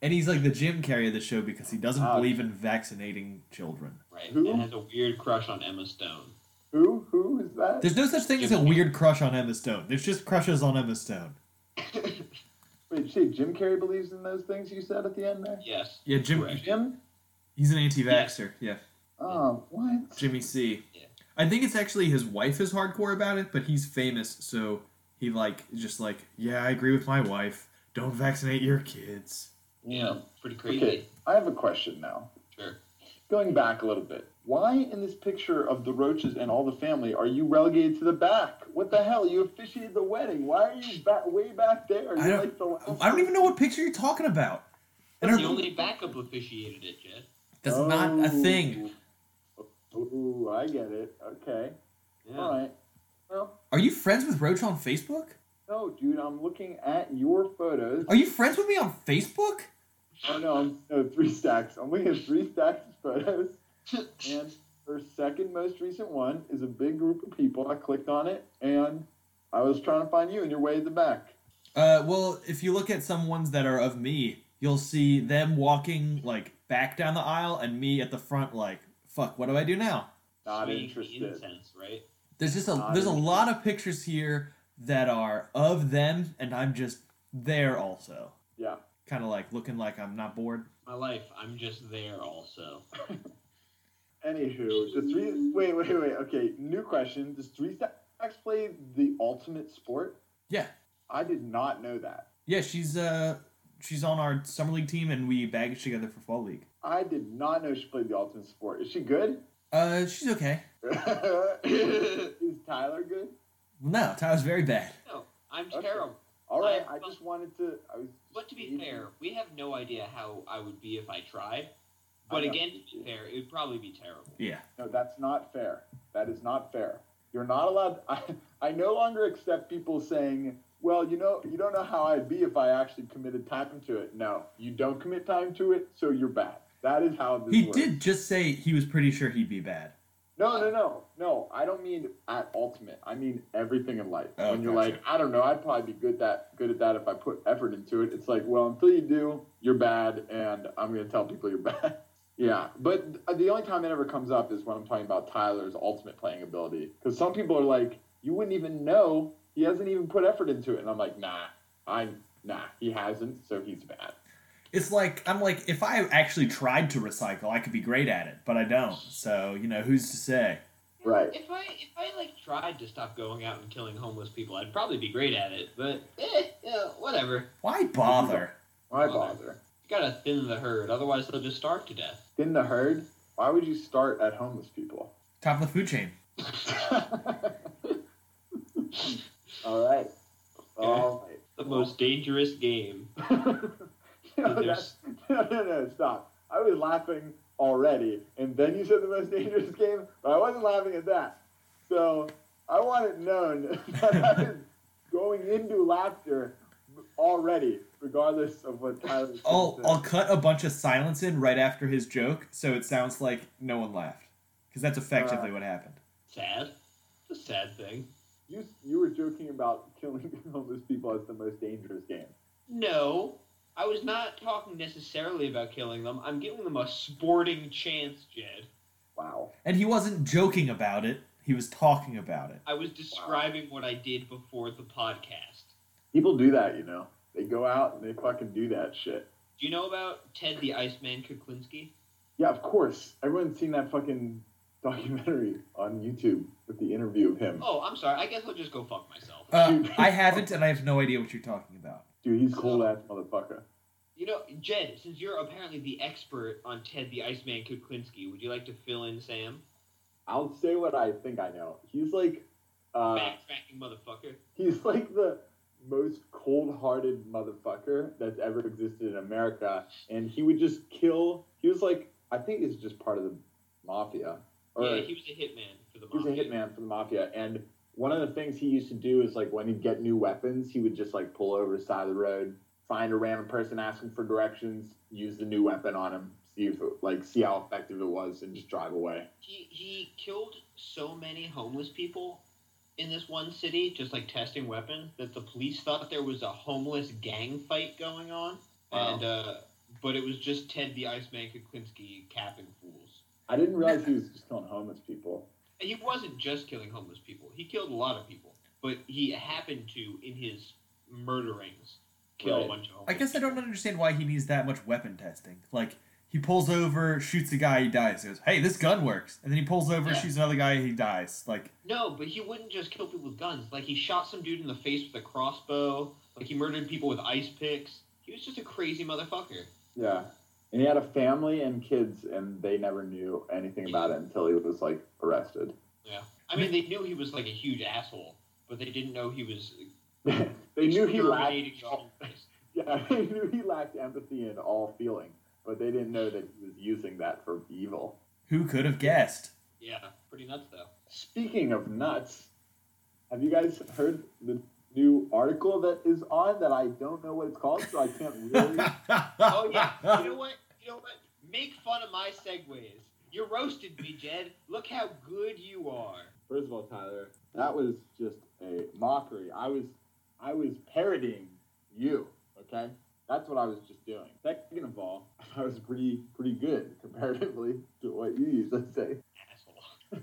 S2: And he's like the Jim Carrey of the show because he doesn't
S3: Ah.
S1: Ouch.
S2: believe in vaccinating children.
S3: right?
S1: Who?
S3: And has a weird crush on Emma Stone.
S1: Who? Who is that?
S2: There's no such thing as a weird crush on Emma Stone. There's just crushes on Emma Stone.
S1: Wait, shit, Jim Carrey believes in those things you said at the end there?
S3: Yes.
S2: Yeah, Jim.
S3: Correct.
S1: Jim?
S2: He's an anti-vaxxer. Yeah,
S1: Oh, what?
S2: Jimmy C.
S3: Yeah.
S2: I think it's actually his wife is hardcore about it, but he's famous, so he like just like yeah, I agree with my wife. Don't vaccinate your kids.
S3: Yeah. Pretty crazy.
S1: Okay, I have a question now.
S3: Sure.
S1: Going back a little bit, why in this picture of the roaches and all the family are you relegated to the back? What the hell? You officiated the wedding. Why are you ba- way back there?
S2: I
S1: You're
S2: don't-
S1: like the last-
S2: Oh, I don't even know what picture you're talking about. And
S3: The
S2: our-
S3: only backup officiated it, Jed.
S2: that's not a
S1: Oh.
S2: thing.
S1: Ooh, I get it. Okay.
S3: Yeah.
S1: All right. Well,
S2: Are you friends with Roach on Facebook?
S1: no, dude, I'm looking at your photos.
S2: Are you friends with me on Facebook?
S1: Oh no, I'm no three stacks. I'm looking at three stacks of photos, and her second most recent one is a big group of people. I clicked on it, and I was trying to find you, and you're way at the back.
S2: Uh, well, if you look at some ones that are of me, you'll see them walking like back down the aisle and me at the front. Like, fuck, what do I do now?
S1: Not
S3: Swaying the
S1: interested.
S3: Incense, right?
S2: There's just a
S1: Not
S2: there's a
S1: interested.
S2: lot of pictures here that are of them, and I'm just there also,
S1: Yeah.
S2: kind of like looking like I'm not bored.
S3: My life, I'm just there also.
S1: Anywho, does three? Wait, wait, wait. Okay, new question. Does three stacks play the ultimate sport?
S2: Yeah,
S1: I did not know that.
S2: yeah, she's uh she's on our summer league team, and we baggage together for fall league.
S1: I did not know she played the ultimate sport. Is she good? <laughs>
S2: Uh, she's okay.
S1: is Tyler good?
S2: No, Tyler's very bad.
S3: No, I'm
S1: Okay.
S3: terrible.
S1: All right.
S3: I-
S1: I just wanted to. I was.
S3: But to be fair, we have no idea how I would be if I tried.
S1: I
S3: But
S1: know.
S3: again, to be fair, it would probably be terrible.
S2: Yeah.
S1: No, that's not fair. That is not fair. You're not allowed. <laughs> I, I no longer accept people saying, well, you know, you don't know how I'd be if I actually committed time to it. No, you don't commit time to it, so you're bad. That is how this
S2: He
S1: works.
S2: did just say he was pretty sure he'd be bad.
S1: No, no, no, no. I don't mean at ultimate. I mean everything in life.
S2: Oh,
S1: when you're
S2: gotcha.
S1: like, I don't know, I'd probably be good that good at that if I put effort into it. It's like, well, until you do, you're bad, and I'm gonna tell people you're <laughs> bad. yeah, but th- the only time it ever comes up is when I'm talking about Tyler's ultimate playing ability, because some people are like, you wouldn't even know he hasn't even put effort into it, and I'm like, nah, I nah, he hasn't, so he's bad.
S2: It's like I'm like if I actually tried to recycle, I could be great at it, but I don't. So you know who's to say?
S1: Right.
S3: If I if I like tried to stop going out and killing homeless people, I'd probably be great at it. But eh, yeah, whatever. You
S2: Why bother?
S1: Why
S3: Well,
S1: bother?
S3: gotta thin the herd, otherwise they'll just starve to death.
S1: In the herd, why would you start at homeless people?
S2: Top of the food chain.
S1: All right. All right.
S3: The most
S1: <laughs>
S3: dangerous game.
S1: no, <laughs> that-
S3: There's-
S1: no, no, no, stop. I was laughing already, and then you said the most dangerous game, but I wasn't laughing at that. So I want it known <laughs> that I was going into laughter already, regardless of what Tyler said.
S2: I'll I'll cut a bunch of silence in right after his joke, so it sounds like no one laughed, because that's effectively what happened.
S3: Sad. It's a sad thing.
S1: You, you were joking about killing <laughs> homeless people as the most dangerous game.
S3: No, I was not talking necessarily about killing them. I'm giving them a sporting chance, Jed.
S1: Wow.
S2: And he wasn't joking about it; he was talking about it.
S3: I was describing what I did before the podcast.
S1: People do that, you know. They go out and they fucking do that shit.
S3: Do you know about Ted the Iceman Kuklinski?
S1: Yeah, of course. Everyone's seen that fucking documentary on YouTube with the interview of him.
S3: Oh, I'm sorry. I guess I'll just go fuck myself.
S2: Uh, I haven't, and I have no idea what you're talking about.
S1: Dude, he's cool ass motherfucker.
S3: You know, Jed, since you're apparently the expert on Ted the Iceman Kuklinski, would you like to fill in Sam?
S1: I'll say what I think I know. He's like, uh,
S3: Backtracking motherfucker.
S1: he's like the most cold-hearted motherfucker that's ever existed in America, and he would just kill. He was like, I think he's just part of the mafia. Or,
S3: Yeah, he was a hitman for the
S1: He was a
S3: mafia.
S1: hitman for the mafia, and one of the things he used to do is like when he'd get new weapons, he would just like pull over to the side of the road, find a random person asking for directions, use the new weapon on him, see if it, like see how effective it was, and just drive away.
S3: He, he killed so many homeless people in this one city, just like testing weapons, that the police thought there was a homeless gang fight going on.
S1: Wow.
S3: And, uh, but it was just Ted the Iceman Kuklinski capping fools.
S1: I didn't realize he was just killing homeless people.
S3: And he wasn't just killing homeless people. He killed a lot of people, but he happened to, in his murderings, kill
S1: Right.
S3: a bunch of homeless.
S2: I guess I
S3: people.
S2: don't understand why he needs that much weapon testing. Like he pulls over, shoots a guy, he dies. He goes, "Hey, this gun works," and then he pulls over,
S3: Yeah.
S2: shoots another guy, he dies. Like
S3: No, but he wouldn't just kill people with guns. Like he shot some dude in the face with a crossbow. Like he murdered people with ice picks. He was just a crazy motherfucker.
S1: Yeah, and he had a family and kids, and they never knew anything about it until he was like arrested. <laughs>
S3: Yeah. I mean, they knew he was like a huge asshole, but they didn't know he was.
S1: they knew he lied.
S3: exterminating the homeless.
S1: <laughs> Yeah, they knew he lacked empathy and all feeling, but they didn't know that he was using that for evil.
S2: who could have guessed?
S3: Yeah, pretty nuts though.
S1: Speaking of nuts, have you guys heard the new article that is on that I don't know what it's called, so I can't really.
S3: <laughs> Oh yeah. You know what? You know what? Make fun of my segues. You roasted me, Jed. Look how good you are.
S1: First of all, Tyler, that was just a mockery. I was, I was parodying you. Okay, that's what I was just doing. Second of all, <laughs> I was pretty, pretty good comparatively to what you usually say.
S3: Asshole.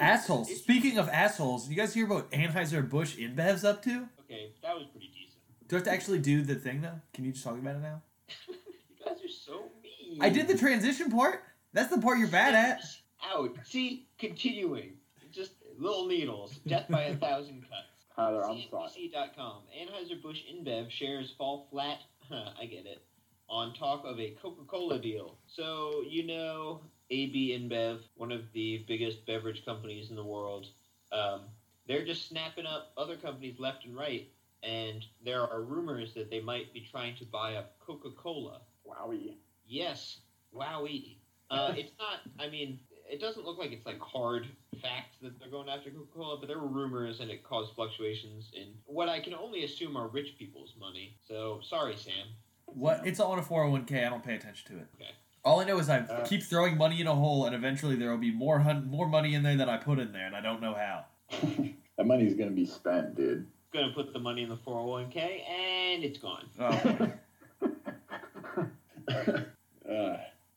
S2: Assholes. Speaking of assholes, you guys hear about Anheuser Busch InBev's up to?
S3: Okay, that was pretty decent. <laughs>
S2: Do I have to actually do the thing though? Can you just talk about it now?
S3: You guys are so mean.
S2: I did the transition part. That's the part you're bad at.
S3: Out. See, continuing. Just little needles. Death by a thousand cuts.
S1: Tyler, I'm sorry.
S3: CNBC.com. Anheuser-Busch InBev shares fall flat. <laughs> I get it. On talk of a Coca-Cola deal. So you know, AB InBev, one of the biggest beverage companies in the world, um, they're just snapping up other companies left and right. And there are rumors that they might be trying to buy up Coca-Cola.
S1: Wowie.
S3: Yes. Wowie. Uh, it's not. I mean, it doesn't look like it's like hard facts that they're going after Coca-Cola, but there were rumors, and it caused fluctuations in what I can only assume are rich people's money. So sorry, Sam.
S2: What? It's all in a 401k. I don't pay attention to it.
S3: Okay.
S2: All I know is I
S1: Uh.
S2: keep throwing money in a hole, and eventually there will be more hun- more money in there than I put in there, and I don't know how.
S1: That money's gonna be spent, dude.
S3: Gonna put the money in the 401k, and it's gone. <laughs>
S2: Oh,
S1: Uh,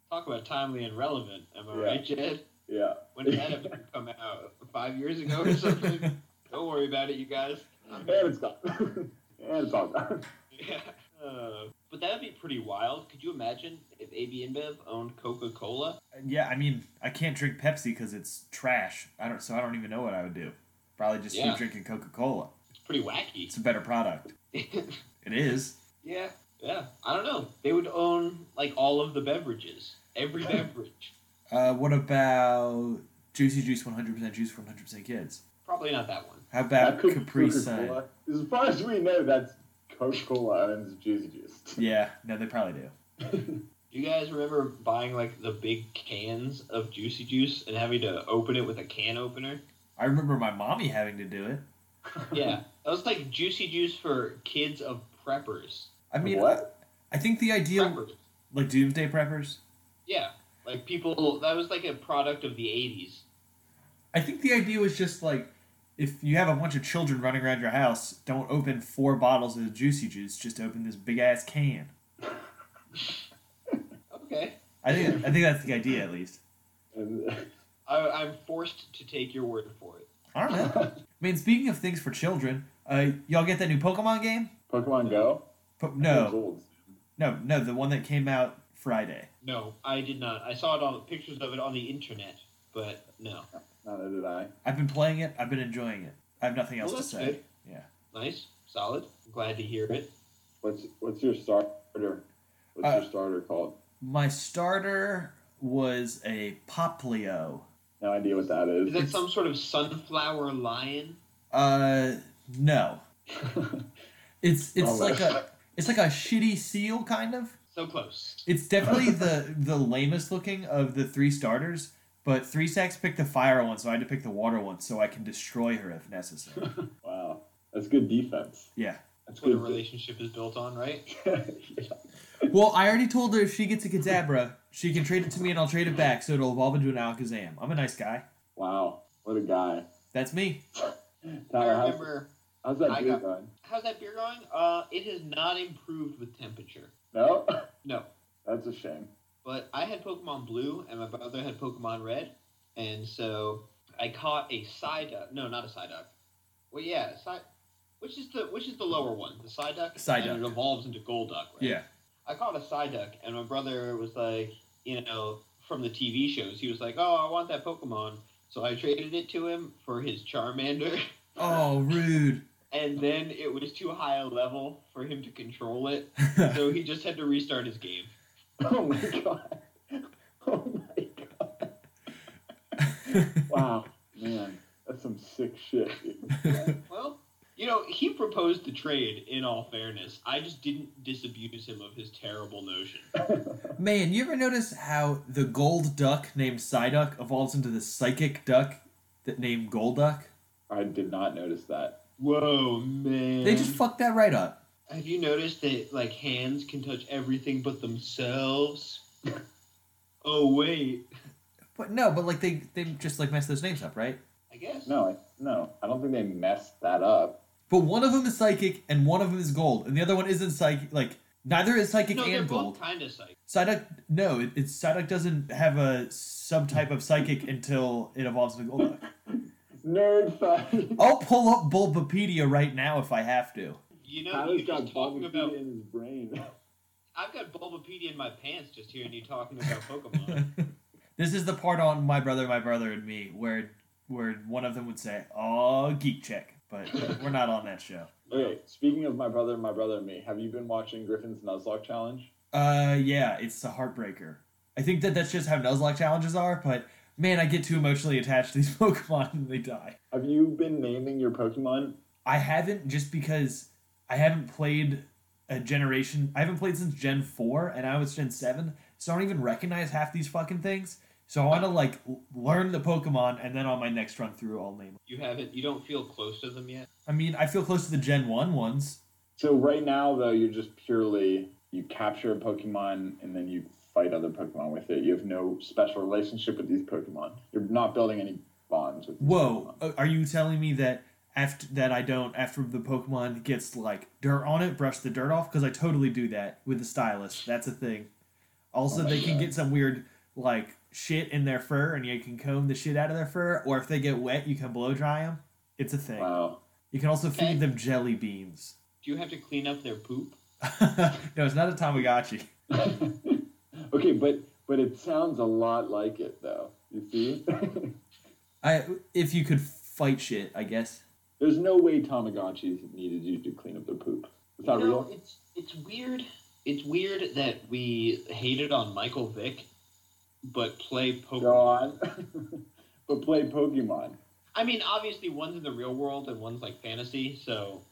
S3: Talk about timely and relevant. Am I
S1: Yeah.
S3: right, Jed?
S1: yeah.
S3: When did that episode <laughs> come out? Five years ago or something?
S2: <laughs>
S3: Don't worry about it, you guys. <laughs> I'm
S1: And it's gone. <laughs> and it's all gone.
S3: Yeah. Uh, but that would be pretty wild. Could you imagine if AB InBev owned Coca Cola?
S2: yeah. I mean, I can't drink Pepsi because it's trash. I don't. So I don't even know what I would do. Probably just
S3: Yeah.
S2: keep drinking Coca Cola.
S3: It's pretty wacky. <laughs>
S2: It's a better product. It is.
S3: yeah. Yeah. I don't know. They would own like all of the beverages, every beverage.
S2: Uh, what about Juicy Juice 100% Juice for 100% Kids?
S3: Probably not that one.
S2: How about
S1: That could be
S2: Capri
S1: Coca-Cola.
S2: Sun?
S1: As far as we know, that's Coca Cola owns Juicy Juice.
S2: Yeah, no, they probably do.
S3: Do you guys remember buying like the big cans of Juicy Juice and having to open it with a can opener?
S2: I remember my mommy having to do it.
S1: <laughs>
S3: Yeah. That was like Juicy Juice for kids of preppers.
S2: I mean,
S1: what?
S2: I think the idea,
S3: Preppers.
S2: like Doomsday Preppers,
S3: Yeah. Like people, that was like a product of the 80s.
S2: I think the idea was just like if you have a bunch of children running around your house, don't open four bottles of Juicy Juice, just open this big ass can.
S3: Okay.
S2: I think I think that's the idea at least.
S1: And, <laughs>
S3: I, I'm forced to take your word for it.
S2: I don't know.
S1: <laughs>
S2: I mean, speaking of things for children, uh, y'all get that new Pokemon game?
S1: Pokemon Go.
S2: Po-
S1: It's
S2: no,
S1: old.
S2: no, no, the one that came out Friday.
S3: No, I did not. I saw it on pictures of it on the internet, but no.
S1: Neither did I.
S2: I've been playing it. I've been enjoying it. I have nothing else
S3: Well,
S2: to say.
S3: that's good.
S2: Yeah.
S3: Nice, solid. Glad to hear it.
S1: What's What's your starter? What's
S2: Uh,
S1: your starter called?
S2: My starter was a Poplio.
S1: No idea what that
S3: Is
S1: is.
S3: that some sort of sunflower lion?
S2: Uh, no. It's it's
S1: Oh,
S2: like
S1: well.
S2: a it's like a shitty seal kind of.
S3: So close.
S2: It's definitely the the lamest looking of the three starters. But three sacks picked the fire one, so I had to pick the water one, so I can destroy her if
S3: <laughs>
S2: necessary.
S1: <laughs> wow, that's good defense.
S2: Yeah.
S1: That's
S3: That's what a
S1: good.
S3: relationship is built on, right?
S2: Well, I already told her if she gets a Kadabra, she can trade it to me, and I'll trade it back, so it'll evolve into an Alakazam. I'm a nice guy.
S1: <laughs> wow, what a guy.
S2: That's me.
S3: I
S1: Tyler, how's,
S3: remember.
S1: how's that
S3: I
S1: beer
S3: got-
S1: going?
S3: How's that beer going? Uh, it has not improved with temperature.
S1: No, <laughs>
S3: No,
S1: that's a shame. <laughs>
S3: but I had Pokemon Blue and my brother had Pokemon Red, and so I caught a Psyduck. No, not a Psyduck. Well, yeah, Psy- which is the which is the lower one, the Psyduck.
S2: Psyduck.
S3: And it evolves into Golduck, right?
S2: Yeah.
S3: I caught a Psyduck, and my brother was like, you know, from the TV shows, he was like, "Oh, I want that Pokemon," so I traded it to him for his Charmander, <laughs>
S2: Oh, rude. <laughs>
S3: and then it was too high a level for him to
S2: <laughs>
S3: control it, so he just had to restart his game.
S1: Oh my god. <laughs> Oh my god. Wow, man, that's some sick shit. dude.
S3: Well, you know, he proposed the trade in all fairness. I just didn't disabuse him of his terrible notion.
S2: Man, you ever notice how the gold duck named Psyduck evolves into the psychic duck that named Golduck?
S1: I did not notice that.
S3: Whoa, man.
S2: They just fucked that right up.
S3: Have you noticed that like hands can touch everything but themselves? <laughs> oh wait,
S2: But no, but like they they just like messed those names up, right?
S3: I guess.
S1: No, I, no, I don't think they messed that up.
S2: But one of them is psychic and one of them is gold, and the other one isn't psychic. Like neither is psychic
S3: No, they're
S2: and gold.
S3: both kind of psychic.
S2: Psyduck, no, it, it's Psyduck doesn't have a subtype of psychic <laughs> until it evolves into Golduck.
S1: Nerd <laughs> fight.
S2: I'll pull up Bulbapedia right now if I have to.
S3: You know,
S1: Tyler's
S3: you're
S1: got
S3: just talking
S1: Bulbapedia
S3: about.
S1: in his brain.
S3: I've got Bulbapedia in my pants just hearing you talking about
S1: <laughs>
S3: Pokemon.
S2: This is the part on My Brother, My Brother and Me where where one of them would say, "Oh, geek check," but we're not on that show.
S1: <laughs> Okay, speaking of my brother, my brother and me, have you been watching Griffin's Nuzlocke challenge?
S2: Uh, yeah, it's a heartbreaker. I think that that's just how Nuzlocke challenges are, but man, I get too emotionally attached to these <laughs> Pokemon and they die.
S1: Have you been naming your Pokemon?
S2: I haven't just because I haven't played a generation. I haven't played since Gen Four, and I was Gen Seven, so I don't even recognize half these fucking things. So I want to like l- learn the Pokemon, and then on my next run through, I'll name. Them.
S3: you haven't. You don't feel close to them yet.
S2: I mean, I feel close to the Gen One ones.
S1: So right now though, you're just purely you capture a Pokemon and then you fight other Pokemon with it. You have no special relationship with these Pokemon. You're not building any bonds with. These
S2: Whoa,
S1: Pokemon.
S2: uh, are you telling me that after that I don't after the Pokemon gets like dirt on it, brush the dirt off? Because I totally do that with the stylus. That's a thing. Also,
S1: Oh my
S2: they can
S1: God.
S2: get some weird like shit in their fur, and you can comb the shit out of their fur. Or if they get wet, you can blow dry them. It's a thing.
S1: Wow.
S2: You can also
S3: Okay.
S2: feed them jelly beans. <laughs>
S3: Do you have to clean up their poop?
S2: no, it's not a Tamagotchi.
S1: <laughs> okay, but but it sounds a lot like it though. You see, <laughs>
S2: I if you could fight shit, I guess.
S1: there's no way Tamagotchis needed you to clean up their poop. Is that
S3: you know,
S1: real?
S3: it's it's weird. It's weird that we hated on Michael Vick, but play Pokemon.
S1: God. <laughs> but play Pokemon.
S3: I mean, obviously, one's in the real world and one's like fantasy, so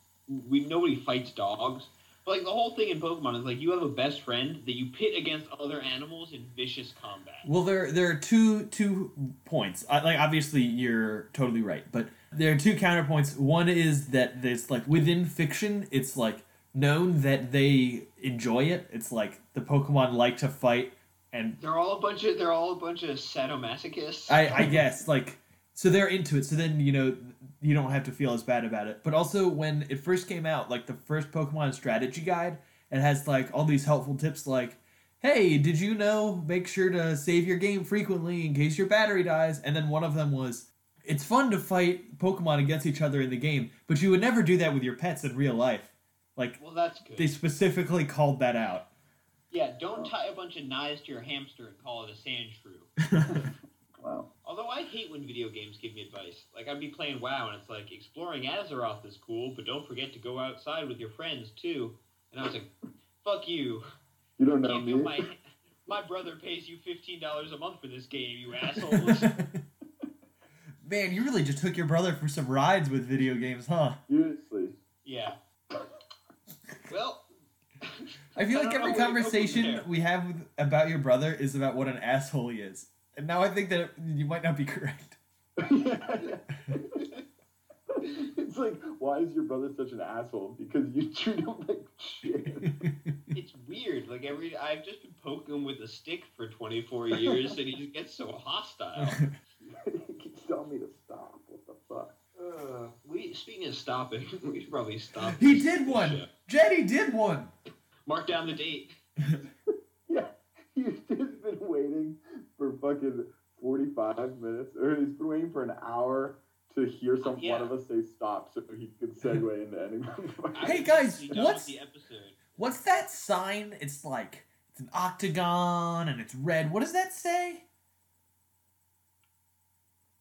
S3: we nobody fights dogs. But like the whole thing in Pokemon is like you have a best friend that you pit against other animals in vicious combat.
S2: Well, there there are two two points. I, like obviously you're totally right, but there are two counterpoints. One is that there's like within fiction, it's like known that they enjoy it. It's like the Pokemon like to fight, and
S3: They're all a bunch of they're all a bunch of sadomasochists.
S2: I, I guess like so they're into it. So then you know you don't have to feel as bad about it. But also when it first came out, like the first Pokemon strategy guide, it has like all these helpful tips like. Hey, did you know? Make sure to save your game frequently in case your battery dies. And then one of them was, it's fun to fight Pokemon against each other in the game, but you would never do that with your pets in real life. Like,
S3: well, that's good.
S2: they specifically called that out.
S3: yeah, don't tie a bunch of knives to your hamster and call it a sand shrew.
S1: Wow.
S3: Although I hate when video games give me advice. Like I'd be playing WoW and it's like exploring Azeroth is cool, but don't forget to go outside with your friends too. And I was like, "Fuck you."
S1: You don't know
S3: Can't feel
S1: me.
S3: my, my brother pays you fifteen dollars a month for this game,
S2: <laughs>
S3: you assholes.
S2: Man, you really just took your brother for some rides with video games, huh?
S1: Seriously.
S3: yeah. Well,
S2: I feel
S3: I
S2: like
S3: don't
S2: every
S3: know where to go from
S2: conversation
S3: there.
S2: we have with, about your brother is about what an asshole he is. And now I think that you might not be <laughs> correct.
S1: <laughs> it's like, why is your brother such an asshole? Because you treat him like <laughs> shit.
S3: it's weird. Like every I've just been poking him with a stick for twenty four years, and he just gets
S2: <laughs>
S3: so hostile.
S1: he keeps telling me to stop. What the fuck?
S3: Uh, we speaking of stopping, <laughs> we should probably stop.
S2: he
S3: this
S2: did one.
S3: bullshit.
S2: Jetty did one.
S3: Mark down the date.
S1: Yeah, <laughs> he's just been waiting for fucking 45 minutes, or he's been waiting for an hour to hear some
S3: Yeah.
S1: one of us say stop so he could segue into anything.
S3: I
S2: Hey,
S3: was
S2: guys,
S3: actually done
S2: what's-
S3: with the episode?
S2: What's that sign? It's like it's an octagon and it's red. What does that
S3: <laughs>
S2: say?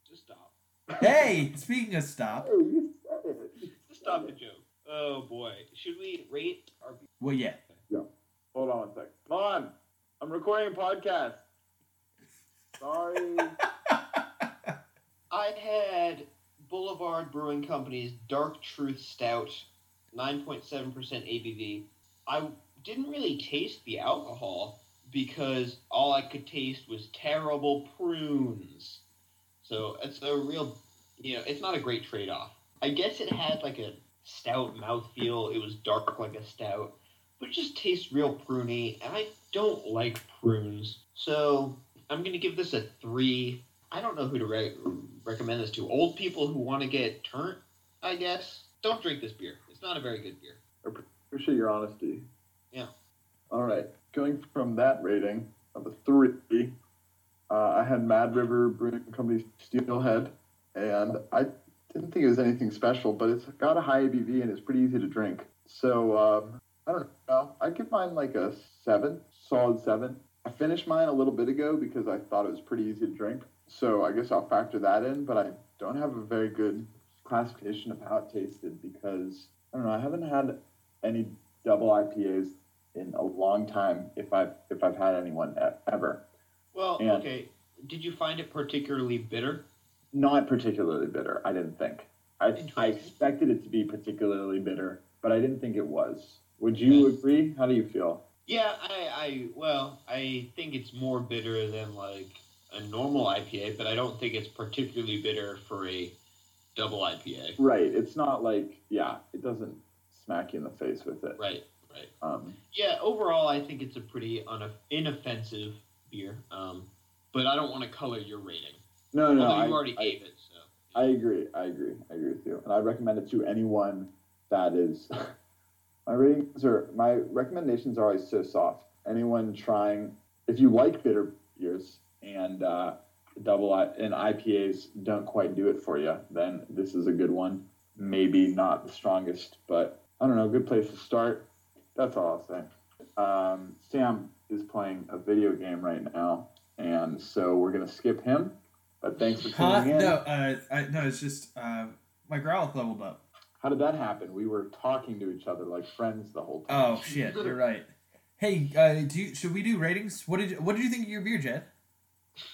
S3: Just stop.
S2: Hey, speaking of stop.
S1: Hey, you said it.
S3: Just stop the joke. Oh boy, should we rate our?
S2: Well, yeah.
S1: Hold on one sec. Mom, I'm recording a podcast. Sorry.
S3: I had Boulevard Brewing Company's Dark Truth Stout, 9.7% ABV. I didn't really taste the alcohol because all I could taste was terrible prunes. So it's a real you know, it's not a great trade off. I guess it had like a stout mouthfeel. It was dark like a stout, but it just tastes real pruny, and I don't like prunes. So I'm going to give this a three. I don't know who to re- recommend this to. Old people who want to get turnt, I guess. Don't drink this beer. It's not a very good beer.
S1: Appreciate your honesty.
S3: Yeah.
S1: All right. Going from that rating of a three, uh, I had Mad River Brewing Company Steelhead, and I didn't think it was anything special, but it's got a high ABV and it's pretty easy to drink. So um, I don't know. I give mine like a seven, solid seven. I finished mine a little bit ago because I thought it was pretty easy to drink. So I guess I'll factor that in, but I don't have a very good classification of how it tasted because I don't know. I haven't had any double IPAs in a long time if I've if I've had anyone e- ever.
S3: Well,
S1: Yeah.
S3: okay. Did you find it particularly bitter?
S1: Not particularly bitter, I didn't think. I, I
S3: Interesting.
S1: expected it to be particularly bitter, but I didn't think it was. Would you
S3: Okay.
S1: agree? How do you feel?
S3: Yeah, I, I well, I think it's more bitter than like a normal IPA, but I don't think it's particularly bitter for a double IPA.
S1: Right. It's not like yeah, it doesn't smack you in the face with it.
S3: Right, right.
S1: Um,
S3: Yeah, overall, I think it's a pretty uno- inoffensive beer, um, but I don't want to color your rating.
S1: no, no.
S3: Although
S1: I,
S3: you already
S1: I-
S3: gave it, so.
S1: I agree. I agree. I agree with you. And I recommend it to anyone that is. <laughs> my ratings are my recommendations are always so soft. Anyone trying, if you like bitter beers and uh, double I, and IPAs don't quite do it for you, then this is a good one. Maybe not the strongest, but I don't know. Good place to start. That's all I'll say. Um, Sam is playing a video game right now, and so we're gonna skip him. But thanks for tuning
S2: Huh?
S1: in.
S2: No, uh, I, no, it's just uh, my growlithe leveled up.
S1: How did that happen? We were talking to each other like friends the whole time.
S2: Oh shit, you're right. Hey, uh, do you, should we do ratings? What did you, what did you think of your beer, Jed?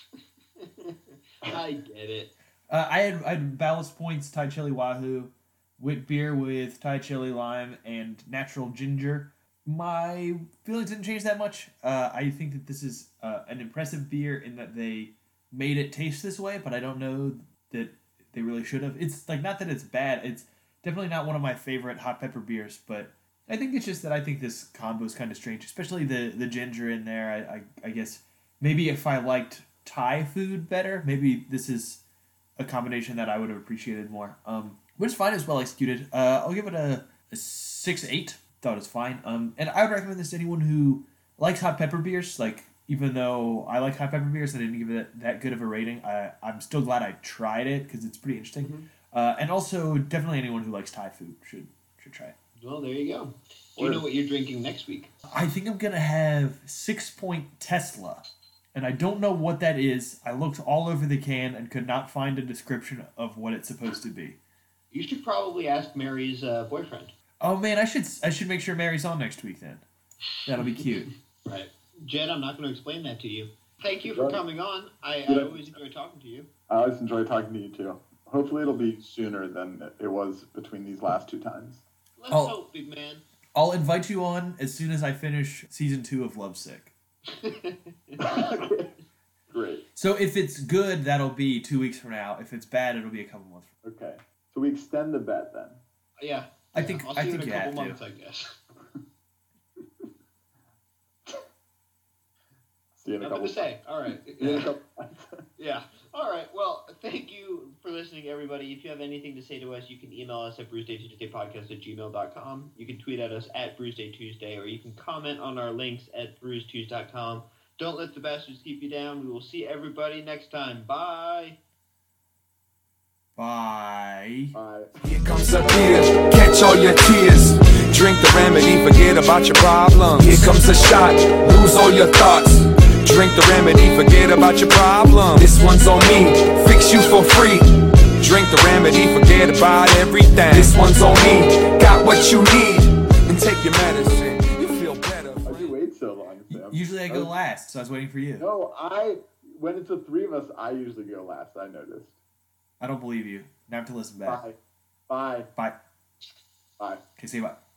S3: <laughs> I get it.
S2: Uh, I had I had ballast points Thai chili wahoo, wit beer with Thai chili lime and natural ginger. My feelings didn't change that much. Uh, I think that this is uh, an impressive beer in that they made it taste this way, but I don't know that they really should have. It's like not that it's bad. It's definitely not one of my favorite hot pepper beers, but I think it's just that I think this combo is kind of strange, especially the the ginger in there. I I, I guess maybe if I liked Thai food better, maybe this is a combination that I would have appreciated more. Um, but it's fine. It's well executed. Uh, I'll give it a, a six eight. Thought it's fine. Um, and I would recommend this to anyone who likes hot pepper beers. Like even though I like hot pepper beers, I didn't give it that good of a rating. I I'm still glad I tried it because it's pretty interesting. Uh, and also definitely anyone who likes Thai food should should try it.
S3: Well, there you go. Do you know what you're drinking next week?
S2: I think I'm gonna have six point Tesla, and I don't know what that is. I looked all over the can and could not find a description of what it's supposed to be.
S3: You should probably ask Mary's uh, boyfriend.
S2: Oh man, I should I should make sure Mary's on next week then. That'll be cute.
S3: Right. Jed, I'm not going to explain that to you. Thank you for
S1: Right.
S3: coming on. I, I
S1: Yeah.
S3: always enjoy talking to you.
S1: I always enjoy talking to you too. Hopefully it'll be sooner than it was between these last two times.
S3: Let's
S2: Oh.
S3: hope, big man. <laughs>
S2: I'll invite you on as soon as I finish season two of Lovesick.
S1: Great.
S2: So if it's good, that'll be two weeks from now. If it's bad, it'll be a couple months. From
S1: Okay. So we extend the bet then.
S3: yeah.
S2: I
S3: yeah,
S2: think-
S3: I'll see
S2: I
S3: you
S2: think
S3: in
S2: you
S3: a couple
S2: have to.
S3: months, I guess.
S1: See you in a
S3: Nothing
S1: couple.
S3: to say. All right.
S1: See <laughs> you in a
S3: Yeah.
S1: couple-
S3: Yeah. All right. Well, thank you for listening, everybody. If you have anything to say to us, you can email us at brewsdaytuesdaypodcast at gmail.com. You can tweet at us at brewsdaytuesday, or you can comment on our links at brewstuesday.com. Don't let the bastards keep you down. We will see everybody next time. Bye.
S2: Bye.
S1: Bye.
S6: Here comes a beer, catch all your tears. Drink the remedy, forget about your problems. Here comes a shot, lose all your thoughts. Drink the remedy, forget about your problem. This one's on me, fix you for free. Drink the remedy, forget about everything. This one's on me, got what you need. And take your medicine, you feel better.
S1: Why'd you wait so long, Sam?
S2: Usually I go
S1: Oh,
S2: last, so I was waiting for you.
S1: No, I when it's the three of us, I usually go last, I noticed.
S2: I don't believe you. Now I have to listen back.
S1: Bye. Bye.
S2: Bye.
S1: Bye.
S2: Okay, say bye.